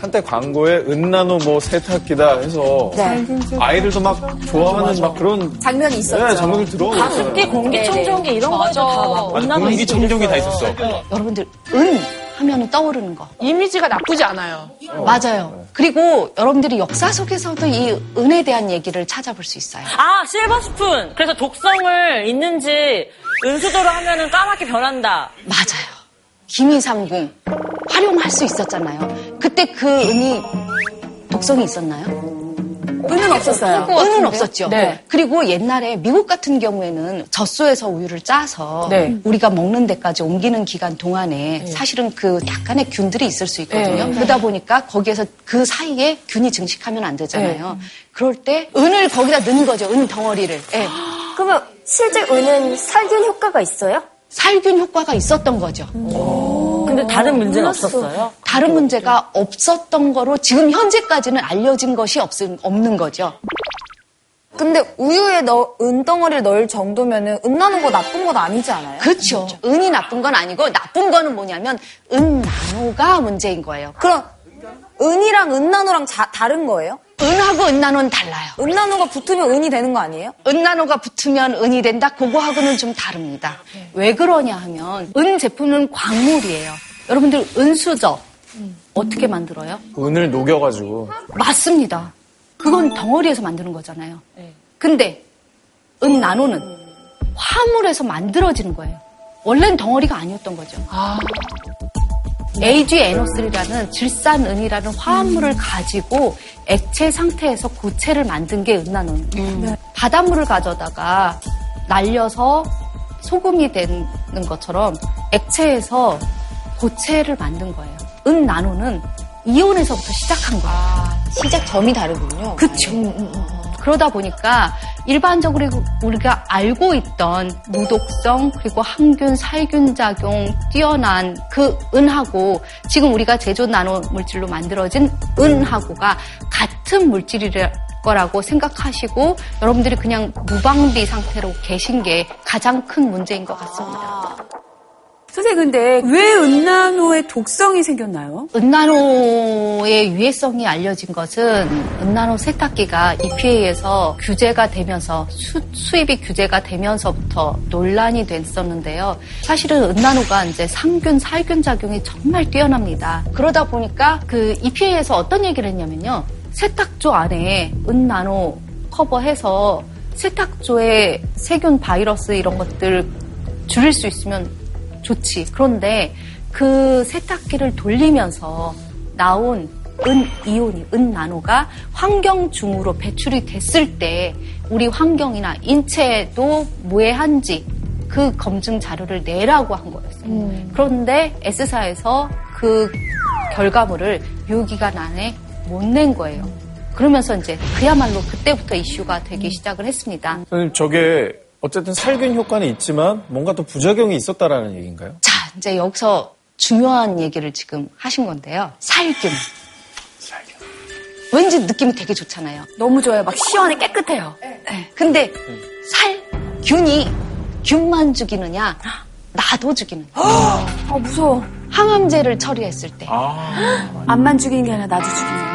Speaker 1: 한때 광고에 은나노 뭐 세탁기다 해서
Speaker 5: 네.
Speaker 1: 아이들도 막 좋아하는 막 그런
Speaker 5: 장면이 있었죠.
Speaker 1: 네, 장면들
Speaker 3: 아,
Speaker 1: 들어오고 있어요.
Speaker 7: 가습기,
Speaker 3: 네,
Speaker 7: 공기청정기 이런
Speaker 8: 맞아.
Speaker 7: 거다
Speaker 1: 맞아, 공기청정기 다 있었어.
Speaker 8: 여러분들 은 하면은 떠오르는 거.
Speaker 7: 어.
Speaker 10: 이미지가 나쁘지 않아요.
Speaker 8: 맞아요. 그리고 여러분들이 역사 속에서도 이 은에 대한 얘기를 찾아볼 수 있어요.
Speaker 7: 아, 실버 스푼. 그래서 독성을 있는지 은수도로 하면은 까맣게 변한다.
Speaker 8: 맞아요. 기미삼궁 활용할 수 있었잖아요. 그때 그 은이 독성이 있었나요?
Speaker 5: 은은 없었어요.
Speaker 8: 은은 없었죠.
Speaker 5: 네.
Speaker 8: 그리고 옛날에 미국 같은 경우에는 젖소에서 우유를 짜서
Speaker 5: 네.
Speaker 8: 우리가 먹는 데까지 옮기는 기간 동안에 사실은 그 약간의 균들이 있을 수 있거든요.
Speaker 5: 네.
Speaker 8: 그러다 보니까 거기에서 그 사이에 균이 증식하면 안 되잖아요.
Speaker 5: 네.
Speaker 8: 그럴 때 은을 거기다 넣는 거죠. 은 덩어리를. 예.
Speaker 11: 그러면 실제 은은 살균 효과가 있어요?
Speaker 8: 살균 효과가 있었던 거죠.
Speaker 7: 근데 다른 문제는 없었어요?
Speaker 8: 다른
Speaker 9: 그렇죠.
Speaker 8: 문제가 없었던 거로 지금 현재까지는 알려진 것이 없, 없는 거죠.
Speaker 9: 근데 우유에 넣, 은덩어리를 넣을 정도면은 은 나는 거 나쁜 건 아니지 않아요?
Speaker 8: 그렇죠. 은이 나쁜 건 아니고 나쁜 거는 뭐냐면 은 나노가 문제인 거예요.
Speaker 9: 그럼 은이랑 은 나노랑 자- 다른 거예요?
Speaker 8: 은하고 은 나노는 달라요.
Speaker 9: 은 나노가 붙으면 은이 되는 거 아니에요?
Speaker 8: 은 나노가 붙으면 은이 된다. 그거하고는 좀 다릅니다. 왜 그러냐 하면 은 제품은 광물이에요. 여러분들 은수저 어떻게 만들어요?
Speaker 1: 은을 녹여가지고.
Speaker 8: 맞습니다. 그건 덩어리에서 만드는 거잖아요. 근데 은 나노는 화물에서 만들어지는 거예요. 원래는 덩어리가 아니었던 거죠. AgNO3라는 질산은이라는 화합물을 가지고 액체 상태에서 고체를 만든 게 은나노입니다. 네. 바닷물을 가져다가 날려서 소금이 되는 것처럼 액체에서 고체를 만든 거예요. 은나노는 이온에서부터 시작한 거예요.
Speaker 9: 시작점이 다르군요.
Speaker 8: 그쵸. 음, 그러다 보니까 일반적으로 우리가 알고 있던 무독성 그리고 항균 살균 작용 뛰어난 그 은하고 지금 우리가 제조 나노 물질로 만들어진 은하고가 같은 물질일 거라고 생각하시고 여러분들이 그냥 무방비 상태로 계신 게 가장 큰 문제인 것 같습니다.
Speaker 5: 선생님, 근데 왜 은나노에 독성이 생겼나요?
Speaker 8: 은나노의 유해성이 알려진 것은 은나노 세탁기가 EPA에서 규제가 되면서 수, 수입이 규제가 되면서부터 논란이 됐었는데요. 사실은 은나노가 이제 상균, 살균 작용이 정말 뛰어납니다. 그러다 보니까 그 EPA에서 어떤 얘기를 했냐면요. 세탁조 안에 은나노 커버해서 세탁조의 세균, 바이러스 이런 것들 줄일 수 있으면 좋지. 그런데 그 세탁기를 돌리면서 나온 은 이온이 은 나노가 환경 중으로 배출이 됐을 때 우리 환경이나 인체에도 무해한지 그 검증 자료를 내라고 한 거였어요. 그런데 S사에서 그 결과물을 유기간 안에 못 낸 거예요. 그러면서 이제 그야말로 그때부터 이슈가 되기 시작을 했습니다.
Speaker 1: 선생님, 저게 어쨌든 살균 효과는 있지만 뭔가 또 부작용이 있었다라는 얘기인가요?
Speaker 8: 자, 이제 여기서 중요한 얘기를 지금 하신 건데요. 살균. 왠지 느낌이 되게 좋잖아요.
Speaker 5: 너무 좋아요. 네. 막 시원해 깨끗해요.
Speaker 1: 음.
Speaker 8: 네. 근데 살균이 균만 죽이느냐? 나도 죽이는 거야. 아, 무서워. 항암제를 처리했을 때.
Speaker 3: 암만 죽이는 게 아니라 나도 죽이는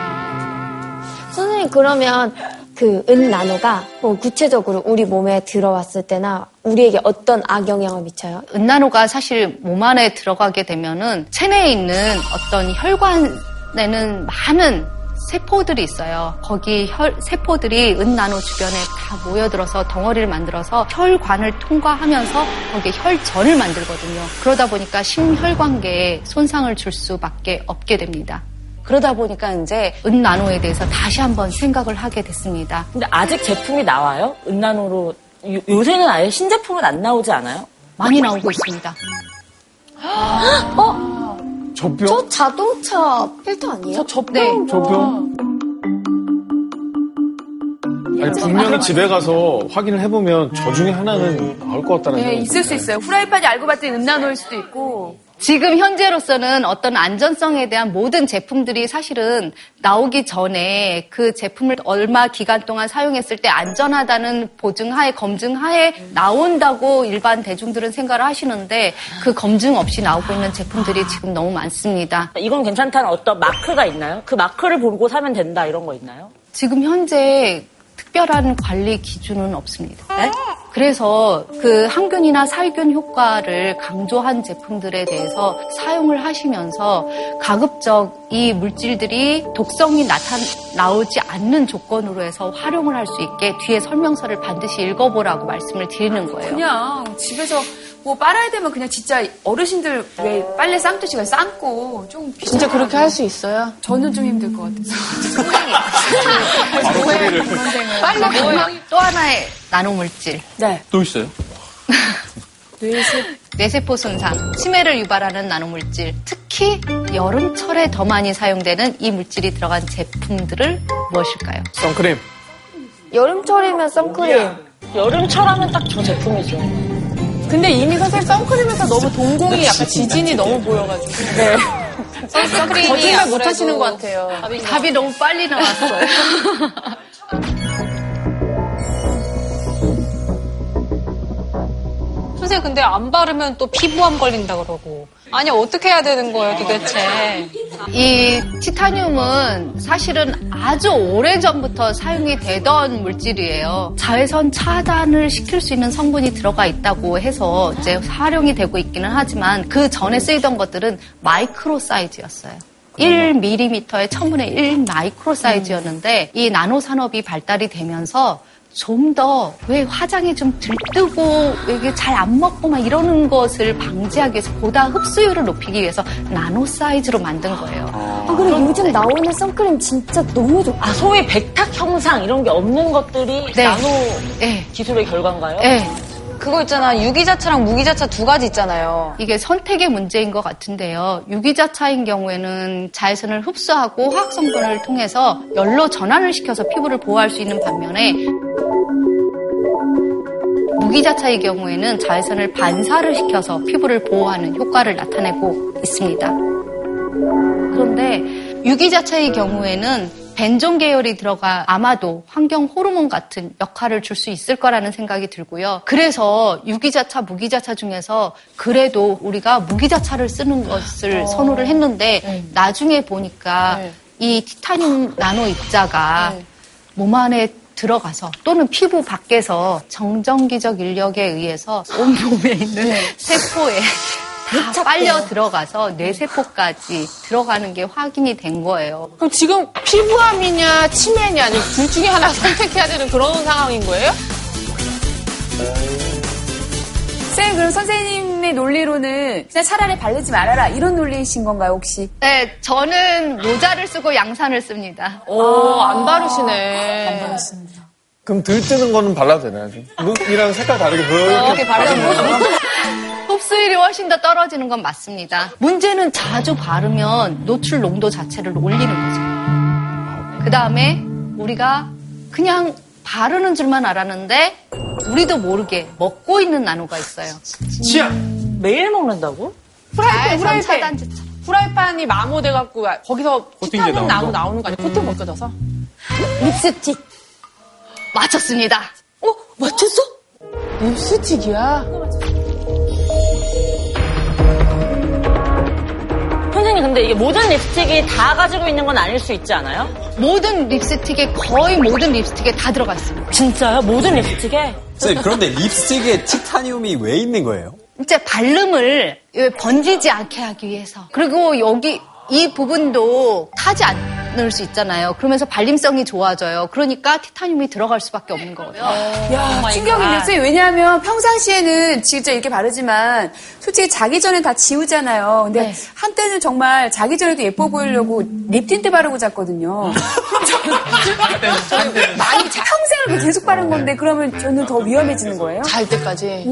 Speaker 11: 선생님 그러면 그 은 나노가 뭐 구체적으로 우리 몸에 들어왔을 때나 우리에게 어떤 악영향을 미쳐요?
Speaker 8: 은나노가 사실 몸 안에 들어가게 되면은 체내에 있는 어떤 혈관에는 많은 세포들이 있어요. 거기 혈, 세포들이 은나노 주변에 다 모여들어서 덩어리를 만들어서 혈관을 통과하면서 거기에 혈전을 만들거든요. 그러다 보니까 심혈관계에 손상을 줄 수밖에 없게 됩니다. 그러다 보니까 이제 은나노에 대해서 다시 한번 생각을 하게 됐습니다.
Speaker 7: 근데 아직 제품이 나와요? 은나노로 요- 요새는 아예 신제품은 안 나오지 않아요?
Speaker 8: 많이 나오고 있습니다.
Speaker 11: 어?
Speaker 1: 저병?
Speaker 11: 저 자동차 필터 아니에요? 저
Speaker 10: 저병?
Speaker 8: 네.
Speaker 1: 저병? 아니, 분명히 집에 가서 확인을 해보면 저 중에 하나는 나올 것 같다는
Speaker 5: 예,
Speaker 1: 생각이
Speaker 5: 있을
Speaker 1: 듭니다.
Speaker 5: 수 있어요. 후라이팬이 알고 봤더니 음란호일 수도 있고.
Speaker 8: 지금 현재로서는 어떤 안전성에 대한 모든 제품들이 사실은 나오기 전에 그 제품을 얼마 기간 동안 사용했을 때 안전하다는 보증하에 검증하에 나온다고 일반 대중들은 생각을 하시는데 그 검증 없이 나오고 있는 제품들이 지금 너무 많습니다.
Speaker 7: 이건 괜찮다는 어떤 마크가 있나요? 그 마크를 보고 사면 된다 이런 거 있나요?
Speaker 8: 지금 현재 특별한 관리 기준은 없습니다.
Speaker 5: 네?
Speaker 8: 그래서 그 항균이나 살균 효과를 강조한 제품들에 대해서 사용을 하시면서 가급적 이 물질들이 독성이 나타나오지 않는 조건으로 해서 활용을 할 수 있게 뒤에 설명서를 반드시 읽어보라고 말씀을 드리는 거예요.
Speaker 5: 그냥 집에서 뭐 빨아야 되면 그냥 진짜 어르신들 왜 빨래 쌈듯이 그냥 삶고 좀
Speaker 10: 진짜 그렇게 할 수 있어요?
Speaker 5: 저는 좀 힘들 것 같아서.
Speaker 8: 바로
Speaker 12: 소리를.
Speaker 8: 빨리 가면 또 하나의 나노물질. 네.
Speaker 12: 또 있어요?
Speaker 8: 뇌세... 포 손상, 치매를 유발하는 나노물질, 특히 여름철에 더 많이 사용되는 이 물질이 들어간 제품들을 무엇일까요?
Speaker 1: 선크림.
Speaker 11: 여름철이면 선크림.
Speaker 7: 여름철 하면 딱 저 제품이죠.
Speaker 10: 근데 이미 사실 선크림에서 너무 동공이 약간 지진이 너무 보여가지고. 네.
Speaker 13: 어,
Speaker 6: 선크림이
Speaker 10: 거짓말 못
Speaker 6: 아무래도
Speaker 10: 하시는 것 같아요.
Speaker 8: 답이 너무 빨리 나왔어요.
Speaker 6: 선생님 근데 안 바르면 또 피부암 걸린다 그러고. 아니 어떻게 해야 되는 거예요 도대체?
Speaker 8: 이 티타늄은 사실은 아주 오래 전부터 사용이 되던 물질이에요. 자외선 차단을 시킬 수 있는 성분이 들어가 있다고 해서 이제 활용이 되고 있기는 하지만 그 전에 쓰이던 것들은 마이크로 사이즈였어요. 1mm의 1000분의 1 마이크로 사이즈였는데 이 나노 산업이 발달이 되면서 좀 더 왜 화장이 좀 들뜨고 이게 잘 안 먹고 막 이러는 것을 방지하기 위해서 보다 흡수율을 높이기 위해서 나노 사이즈로 만든 거예요.
Speaker 11: 아, 그리고 요즘 나오는 선크림 진짜 너무 좋고.
Speaker 7: 아, 소위 백탁 형상 이런 게 없는 것들이
Speaker 6: 네.
Speaker 7: 나노
Speaker 8: 예,
Speaker 7: 기술의 결과인가요?
Speaker 8: 네.
Speaker 6: 그거 있잖아 유기자차랑 무기자차 두 가지 있잖아요.
Speaker 8: 이게 선택의 문제인 것 같은데요. 유기자차인 경우에는 자외선을 흡수하고 화학성분을 통해서 열로 전환을 시켜서 피부를 보호할 수 있는 반면에 무기자차의 경우에는 자외선을 반사를 시켜서 피부를 보호하는 효과를 나타내고 있습니다. 그런데 유기자차의 경우에는 벤존 계열이 들어가 아마도 환경 호르몬 같은 역할을 줄 수 있을 거라는 생각이 들고요. 그래서 유기자차, 무기자차 중에서 그래도 우리가 무기자차를 쓰는 것을
Speaker 6: 어.
Speaker 8: 선호를 했는데 나중에 보니까 이 티타늄 나노 입자가 몸 안에 들어가서 또는 피부 밖에서 정전기적 인력에 의해서 온몸에 있는 세포에 다 빨려 들어가서 뇌세포까지 들어가는 게 확인이 된 거예요.
Speaker 10: 그럼 지금 피부암이냐 치매냐 아니 둘 중에 하나 선택해야 되는 그런 상황인 거예요?
Speaker 5: 쌤, 그럼 선생님의 논리로는 그냥 차라리 바르지 말아라. 이런 논리이신 건가요, 혹시?
Speaker 8: 네, 저는 모자를 쓰고 양산을 씁니다.
Speaker 10: 오, 안 바르시네. 안
Speaker 8: 바르시네.
Speaker 1: 그럼 들뜨는 거는 발라도 되나요? 좀? 룩이랑 색깔 다르게
Speaker 5: 어,
Speaker 1: 이렇게
Speaker 8: 흡수율이 훨씬 더 떨어지는 건 맞습니다. 문제는 자주 바르면 노출 농도 자체를 올리는 거죠. 그 다음에 우리가 그냥 바르는 줄만 알았는데 우리도 모르게 먹고 있는 나노가 있어요.
Speaker 7: 치약! 매일 먹는다고?
Speaker 10: 후라이팬,
Speaker 8: 자외선
Speaker 10: 후라이팬. 후라이팬이 마모돼갖고 거기서
Speaker 7: 코팅제
Speaker 10: 티타늄
Speaker 7: 나오는 거?
Speaker 10: 나무 나오는 거 아니야? 코팅 벗겨져서?
Speaker 8: 립스틱. 맞췄습니다.
Speaker 10: 어? 맞췄어? 립스틱이야?
Speaker 7: 선생님 근데 이게 모든 립스틱이 다 가지고 있는 건 아닐 수 있지 않아요?
Speaker 8: 모든 립스틱에 거의 모든 립스틱에 다 들어가 있습니다.
Speaker 7: 진짜요? 모든 립스틱에?
Speaker 12: 선생님, 그런데 립스틱에 티타늄이 왜 있는 거예요?
Speaker 8: 이제 발름을 번지지 않게 하기 위해서. 그리고 여기 이 부분도 타지 않을 수 있잖아요. 그러면서 발림성이 좋아져요. 그러니까 티타늄이 들어갈 수밖에 없는 거거든요.
Speaker 5: 야, 충격이네요. 선생님, 왜냐하면 평상시에는 진짜 이렇게 바르지만 솔직히 자기 전에 다 지우잖아요. 근데
Speaker 11: 네.
Speaker 5: 한때는 정말 자기 전에도 예뻐 보이려고 립틴트 바르고 잤거든요. 많이 자- 평생을 이렇게 계속 바른 건데 그러면 저는 더 위험해지는 거예요?
Speaker 10: 잘 때까지.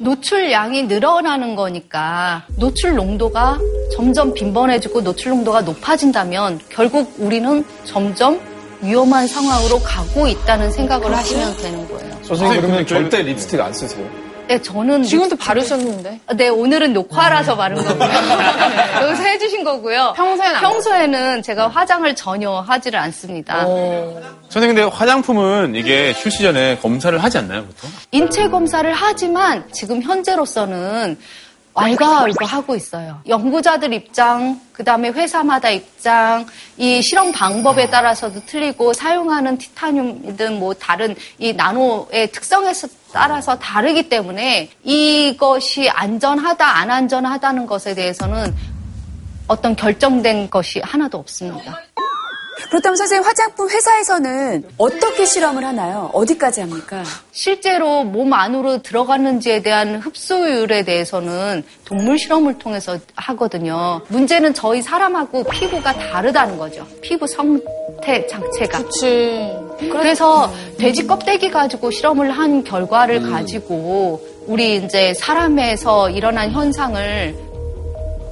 Speaker 8: 노출량이 늘어나는 거니까 노출 농도가 점점 빈번해지고 노출 농도가 높아진다면 결국 우리는 점점 위험한 상황으로 가고 있다는 생각을 하시면 되는 거예요.
Speaker 1: 선생님 그러면 절대 립스틱 안 쓰세요?
Speaker 8: 네, 저는
Speaker 10: 지금도 바르셨는데.
Speaker 8: 네, 오늘은 녹화라서 바른 거고요. 여기서 해주신 거고요.
Speaker 10: 평소에는
Speaker 8: 평소에는 제가 화장을 전혀 하지를 않습니다.
Speaker 4: 선생님, 근데 화장품은 이게 출시 전에 검사를 하지 않나요, 보통?
Speaker 8: 인체 검사를 하지만 지금 현재로서는 왈가왈부 하고 있어요. 연구자들 입장, 그 다음에 회사마다 입장, 이 실험 방법에 따라서도 틀리고 사용하는 티타늄이든 뭐 다른 이 나노의 특성에 따라서 다르기 때문에 이것이 안전하다, 안 안전하다는 것에 대해서는 어떤 결정된 것이 하나도 없습니다.
Speaker 5: 그렇다면 선생님 화장품 회사에서는 어떻게 실험을 하나요? 어디까지 합니까?
Speaker 8: 실제로 몸 안으로 들어갔는지에 대한 흡수율에 대해서는 동물 실험을 통해서 하거든요. 문제는 저희 사람하고 피부가 다르다는 거죠. 피부 성태 장체가. 그래서 음. 돼지 껍데기 가지고 실험을 한 결과를 가지고 우리 이제 사람에서 일어난 현상을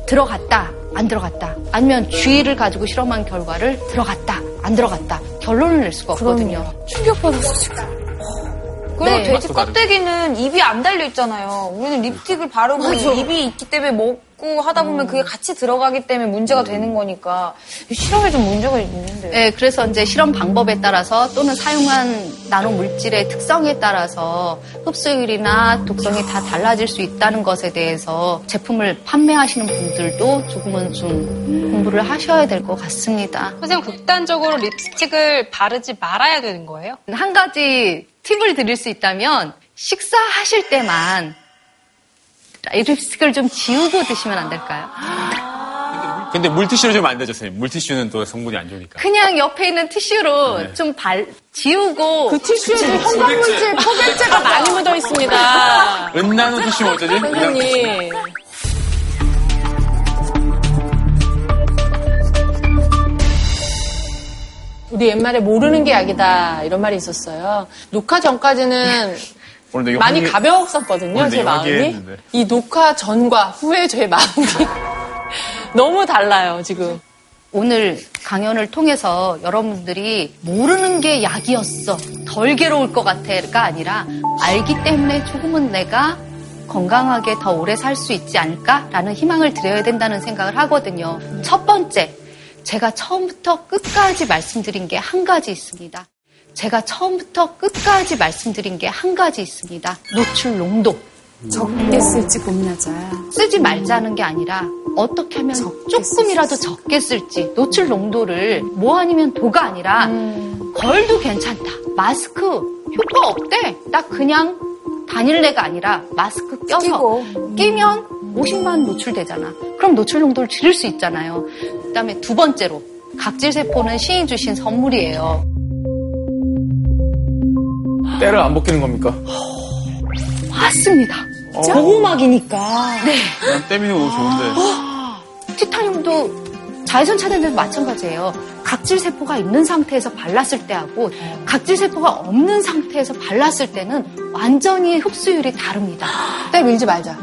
Speaker 8: 들어갔다, 안 들어갔다. 아니면 쥐를 가지고 실험한 결과를 들어갔다, 안 들어갔다. 결론을 낼 수가 없거든요.
Speaker 10: 충격받았어, 지금.
Speaker 13: 그리고
Speaker 8: 네.
Speaker 13: 돼지
Speaker 8: 맛도 다르고.
Speaker 13: 껍데기는 입이 안 달려 있잖아요. 우리는 립틱을 바르고
Speaker 8: 맞아. 음.
Speaker 13: 입이 있기 때문에 먹고 하다 보면 그게 같이 들어가기 때문에 문제가 되는 거니까 실험에 좀 문제가 있는데.
Speaker 8: 네, 그래서 이제 실험 방법에 따라서 또는 사용한 나노 물질의 특성에 따라서 흡수율이나 독성이 다 달라질 수 있다는 것에 대해서 제품을 판매하시는 분들도 조금은 좀 공부를 하셔야 될 것 같습니다.
Speaker 6: 선생님 극단적으로 립스틱을 바르지 말아야 되는 거예요?
Speaker 8: 한 가지 팁을 드릴 수 있다면 식사하실 때만 립스틱을 좀 지우고 드시면 안 될까요?
Speaker 4: 근데 물티슈로 좀 안 되죠, 선생님. 물티슈는 또 성분이 안 좋으니까.
Speaker 8: 그냥 옆에 있는 티슈로
Speaker 4: 네.
Speaker 8: 좀 발, 지우고. 그
Speaker 10: 티슈에도 형광물질, 포백제가 많이 묻어 있습니다.
Speaker 4: 은나노 티슈 어쩌지?
Speaker 10: 그 선생님. 우리 옛말에 모르는 게 약이다 이런 말이 있었어요. 녹화 전까지는
Speaker 4: 오늘 되게
Speaker 10: 많이
Speaker 4: 황기-
Speaker 10: 가벼웠었거든요,
Speaker 4: 오늘
Speaker 10: 제
Speaker 4: 되게
Speaker 10: 마음이.
Speaker 4: 화기애애했는데.
Speaker 10: 이 녹화 전과 후의 제 마음이 너무 달라요, 지금.
Speaker 8: 오늘 강연을 통해서 여러분들이 모르는 게 약이었어. 덜 괴로울 것 같아가 아니라 알기 때문에 조금은 내가 건강하게 더 오래 살 수 있지 않을까라는 희망을 드려야 된다는 생각을 하거든요. 첫 번째, 제가 처음부터 끝까지 말씀드린 게 한 가지 있습니다. 제가 처음부터 끝까지 말씀드린 게 한 가지 있습니다. 노출 농도.
Speaker 5: 적게 쓸지 고민하자.
Speaker 8: 쓰지 말자는 게 아니라 어떻게 하면 조금이라도 적게 쓸지 노출 농도를 뭐 아니면 도가 아니라 음. 걸도 괜찮다 마스크 효과 없대 딱 그냥 단일레가 아니라 마스크 껴서 끼면 50만 노출되잖아 그럼 노출 농도를 줄일 수 있잖아요 그다음에 두 번째로 각질 세포는 시인 주신 선물이에요
Speaker 1: 때를 안 벗기는 겁니까?
Speaker 8: 맞습니다
Speaker 4: 진짜?
Speaker 8: 보호막이니까 네
Speaker 4: 난 때문에 너무 좋은데.
Speaker 8: 티타늄도 자외선 차단제도 마찬가지예요. 각질 세포가 있는 상태에서 발랐을 때하고 각질 세포가 없는 상태에서 발랐을 때는 완전히 흡수율이 다릅니다.
Speaker 10: 때 밀지 말자.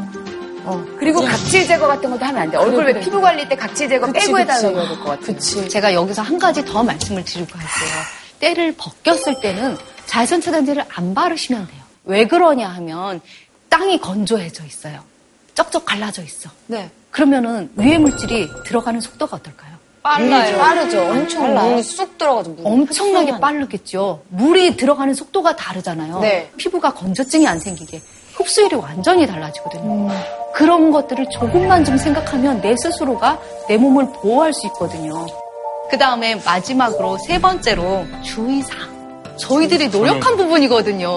Speaker 5: 그리고 각질 제거 같은 것도 하면 안 돼. 얼굴 왜 피부 관리 때 각질 제거 빼고 해달라고 해야 될 것 같아요.
Speaker 8: 제가 여기서 한 가지 더 말씀을 드리고 할게요. 때를 벗겼을 때는 자외선 차단제를 안 바르시면 돼요. 왜 그러냐 하면 땅이 건조해져 있어요. 쩍쩍 갈라져 있어.
Speaker 10: 네.
Speaker 8: 그러면은 유해 물질이 들어가는 속도가 어떨까요?
Speaker 13: 빨라요.
Speaker 7: 네,
Speaker 8: 빠르죠.
Speaker 13: 엄청 물이
Speaker 6: 음.
Speaker 13: 쑥 들어가죠. 물이.
Speaker 8: 엄청나게 빠르겠죠. 물이 들어가는 속도가 다르잖아요.
Speaker 13: 네.
Speaker 8: 피부가 건조증이 안 생기게 흡수율이 완전히 달라지거든요. 그런 것들을 조금만 좀 생각하면 내 스스로가 내 몸을 보호할 수 있거든요. 그 다음에 마지막으로 세 번째로 주의사항. 저희들이 노력한 부분이거든요.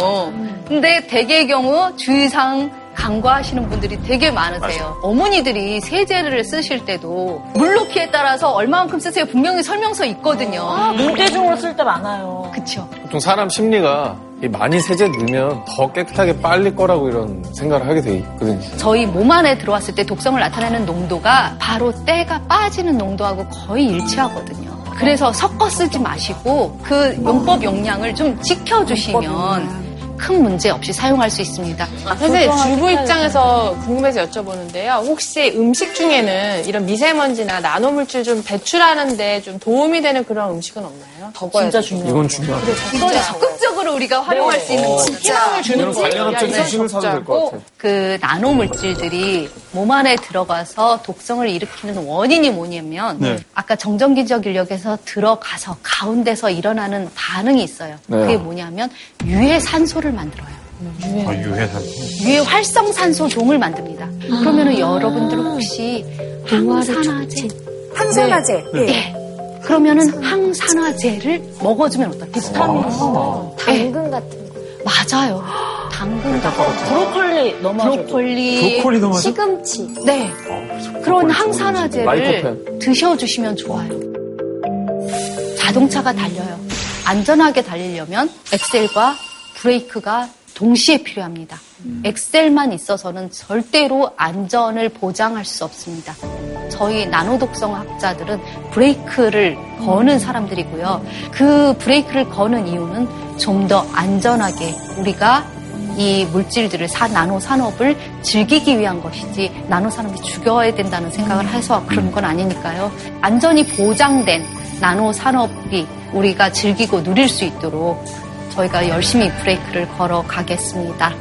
Speaker 8: 근데 대개의 경우 주의사항 간과하시는 분들이 되게 많으세요. 어머니들이 세제를 쓰실 때도 물넣기에 따라서 얼마만큼 쓰세요 분명히 설명서 있거든요.
Speaker 7: 아,
Speaker 14: 눈대중으로 쓸 때 많아요.
Speaker 8: 그쵸.
Speaker 1: 보통 사람 심리가 이 많이 세제 넣으면 더 깨끗하게 빨릴 거라고 이런 생각을 하게 돼 있거든요.
Speaker 8: 저희 몸 안에 들어왔을 때 독성을 나타내는 농도가 바로 때가 빠지는 농도하고 거의 일치하거든요. 그래서 섞어 쓰지 마시고 그 용법 용량을 좀 지켜주시면 큰 문제 없이 사용할 수 있습니다.
Speaker 10: 근데 주부 입장에서 궁금해서 여쭤보는데요. 혹시 음식 중에는 이런 미세먼지나 나노물질 좀 배출하는데 좀 도움이 되는 그런 음식은 없나요?
Speaker 1: 진짜 중요해요. 이건 중요하다.
Speaker 8: 이걸 적극적으로 우리가 활용할 수 있는
Speaker 1: 어,
Speaker 5: 아,
Speaker 8: 희망을 주는
Speaker 1: 이런 관련 업체 중심을 사도 될것 같아요.
Speaker 8: 그 나노 물질들이 몸 안에 들어가서 독성을 일으키는 원인이 뭐냐면
Speaker 4: 네.
Speaker 8: 아까 정전기적 인력에서 들어가서 가운데서 일어나는 반응이 있어요.
Speaker 4: 네.
Speaker 8: 그게 뭐냐면 유해 산소를 만들어요.
Speaker 15: 아, 유해산.
Speaker 8: 유해 활성 산소 종을 만듭니다. 그러면은 여러분들 혹시 항산화제
Speaker 5: 항산화제.
Speaker 8: 네. 네. 그러면은 항산화제를 먹어주면 어떨까요? 비타민
Speaker 16: 당근 같은
Speaker 8: 거. 맞아요. 당근 같은 거.
Speaker 14: 브로콜리 넘어줘.
Speaker 8: 브로콜리.
Speaker 14: 브로콜리 넘어줘?
Speaker 8: 시금치. 네. 그런 항산화제를 드셔주시면 좋아요. 자동차가 달려요. 안전하게 달리려면 엑셀과 브레이크가 동시에 필요합니다. 엑셀만 있어서는 절대로 안전을 보장할 수 없습니다. 저희 나노독성 학자들은 브레이크를 거는 사람들이고요. 그 브레이크를 거는 이유는 좀 더 안전하게 우리가 이 물질들을 사, 나노 산업을 즐기기 위한 것이지 나노 산업이 죽여야 된다는 생각을 해서 그런 건 아니니까요. 안전이 보장된 나노 산업이 우리가 즐기고 누릴 수 있도록 저희가 열심히 브레이크를 걸어 가겠습니다.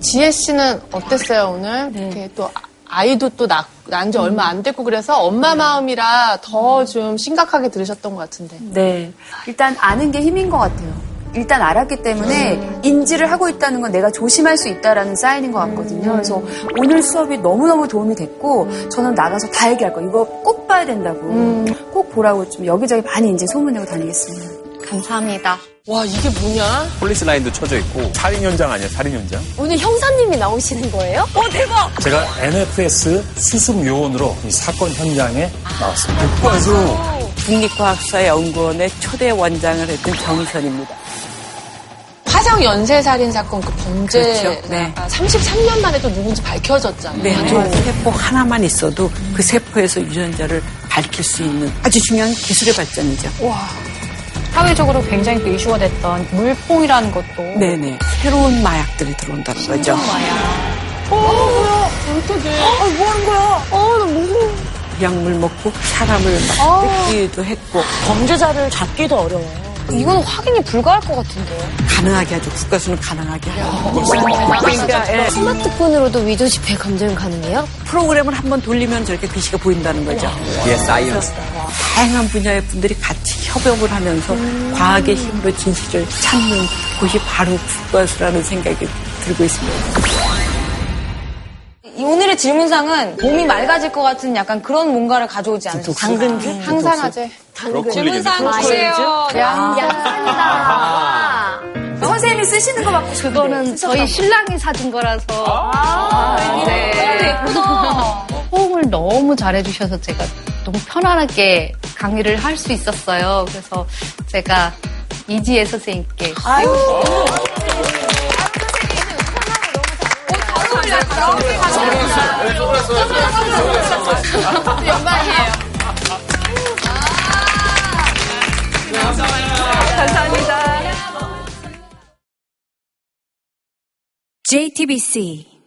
Speaker 10: 지혜 씨는 어땠어요 오늘?
Speaker 7: 네.
Speaker 10: 이렇게 또 아이도 또 낳, 난지 얼마 안 됐고 그래서
Speaker 7: 네.
Speaker 10: 엄마 마음이라 더 좀 심각하게 들으셨던 것 같은데.
Speaker 17: 네.
Speaker 5: 일단 아는 게 힘인 것 같아요.
Speaker 17: 일단 알았기
Speaker 5: 때문에 인지를 하고 있다는 건 내가 조심할 수 있다라는 사인인 것 같거든요. 그래서 오늘 수업이 너무너무 도움이 됐고 저는 나가서 다 얘기할 거예요. 이거 꼭 봐야 된다고. 꼭 보라고 좀 여기저기 많이 이제 소문내고 다니겠습니다.
Speaker 8: 감사합니다.
Speaker 10: 와 이게 뭐냐?
Speaker 18: 폴리스 라인도 쳐져 있고 살인 현장 아니야 살인 현장?
Speaker 4: 오늘 형사님이 나오시는 거예요? 어, 대박!
Speaker 12: 제가 NFS 수습 요원으로 이 사건 현장에 나왔습니다. 국과에서
Speaker 4: 아.
Speaker 7: 국립과학사연구원의 초대 원장을 했던 정선입니다.
Speaker 10: 화성 연쇄살인 사건 그 범죄
Speaker 7: 그렇죠. 네.
Speaker 6: 아,
Speaker 10: 33년 만에 또 누군지 밝혀졌잖아요.
Speaker 7: 네, 한 세포 하나만 있어도 그 세포에서 유전자를 밝힐 수 있는 아주 중요한 기술의 발전이죠.
Speaker 19: 와. 사회적으로 굉장히 또 이슈가 됐던 물뽕이라는 것도.
Speaker 7: 네네. 새로운 마약들이 들어온다는 거죠.
Speaker 10: 어, 뭐야? 어떡해. 아, 뭐 하는 거야? 어, 나 무서워.
Speaker 7: 약물 먹고 사람을 막
Speaker 14: 아.
Speaker 7: 뜯기도 했고
Speaker 14: 범죄자를 잡기도 어려워요.
Speaker 7: 이건 확인이 불가할 것 같은데. 가능하게 하죠. 국가수는 가능하게 하고. 그러니까 예.
Speaker 16: 스마트폰으로도 위조지폐 감정 가능해요?
Speaker 7: 프로그램을 한번 돌리면 저렇게 글씨가 보인다는 거죠.
Speaker 18: 이게 예, 사이언스다.
Speaker 7: 그래서 다양한 분야의 분들이 같이 협업을 하면서 과학의 힘으로 진실을 찾는 곳이 바로 국가수라는 생각이 들고 있습니다.
Speaker 6: 이 오늘의 질문상은 몸이 맑아질 것 같은 약간 그런 뭔가를 가져오지 않으셨어요?
Speaker 7: 당근주?
Speaker 6: 항산화제. 아,
Speaker 7: 당근.
Speaker 6: 질문상
Speaker 7: 브로콜리
Speaker 6: 주세요.
Speaker 7: 네,
Speaker 8: 아,
Speaker 5: 선생님이 쓰시는 거 받고 싶은데.
Speaker 8: 그거는 저희 신랑이 사준 거라서. 네. 호응을 너무 잘해주셔서 제가 너무 편안하게 강의를 할 수 있었어요. 그래서 제가 이지혜 선생님께. 아유.
Speaker 10: 연말이에요.
Speaker 5: 감사합니다.
Speaker 20: JTBC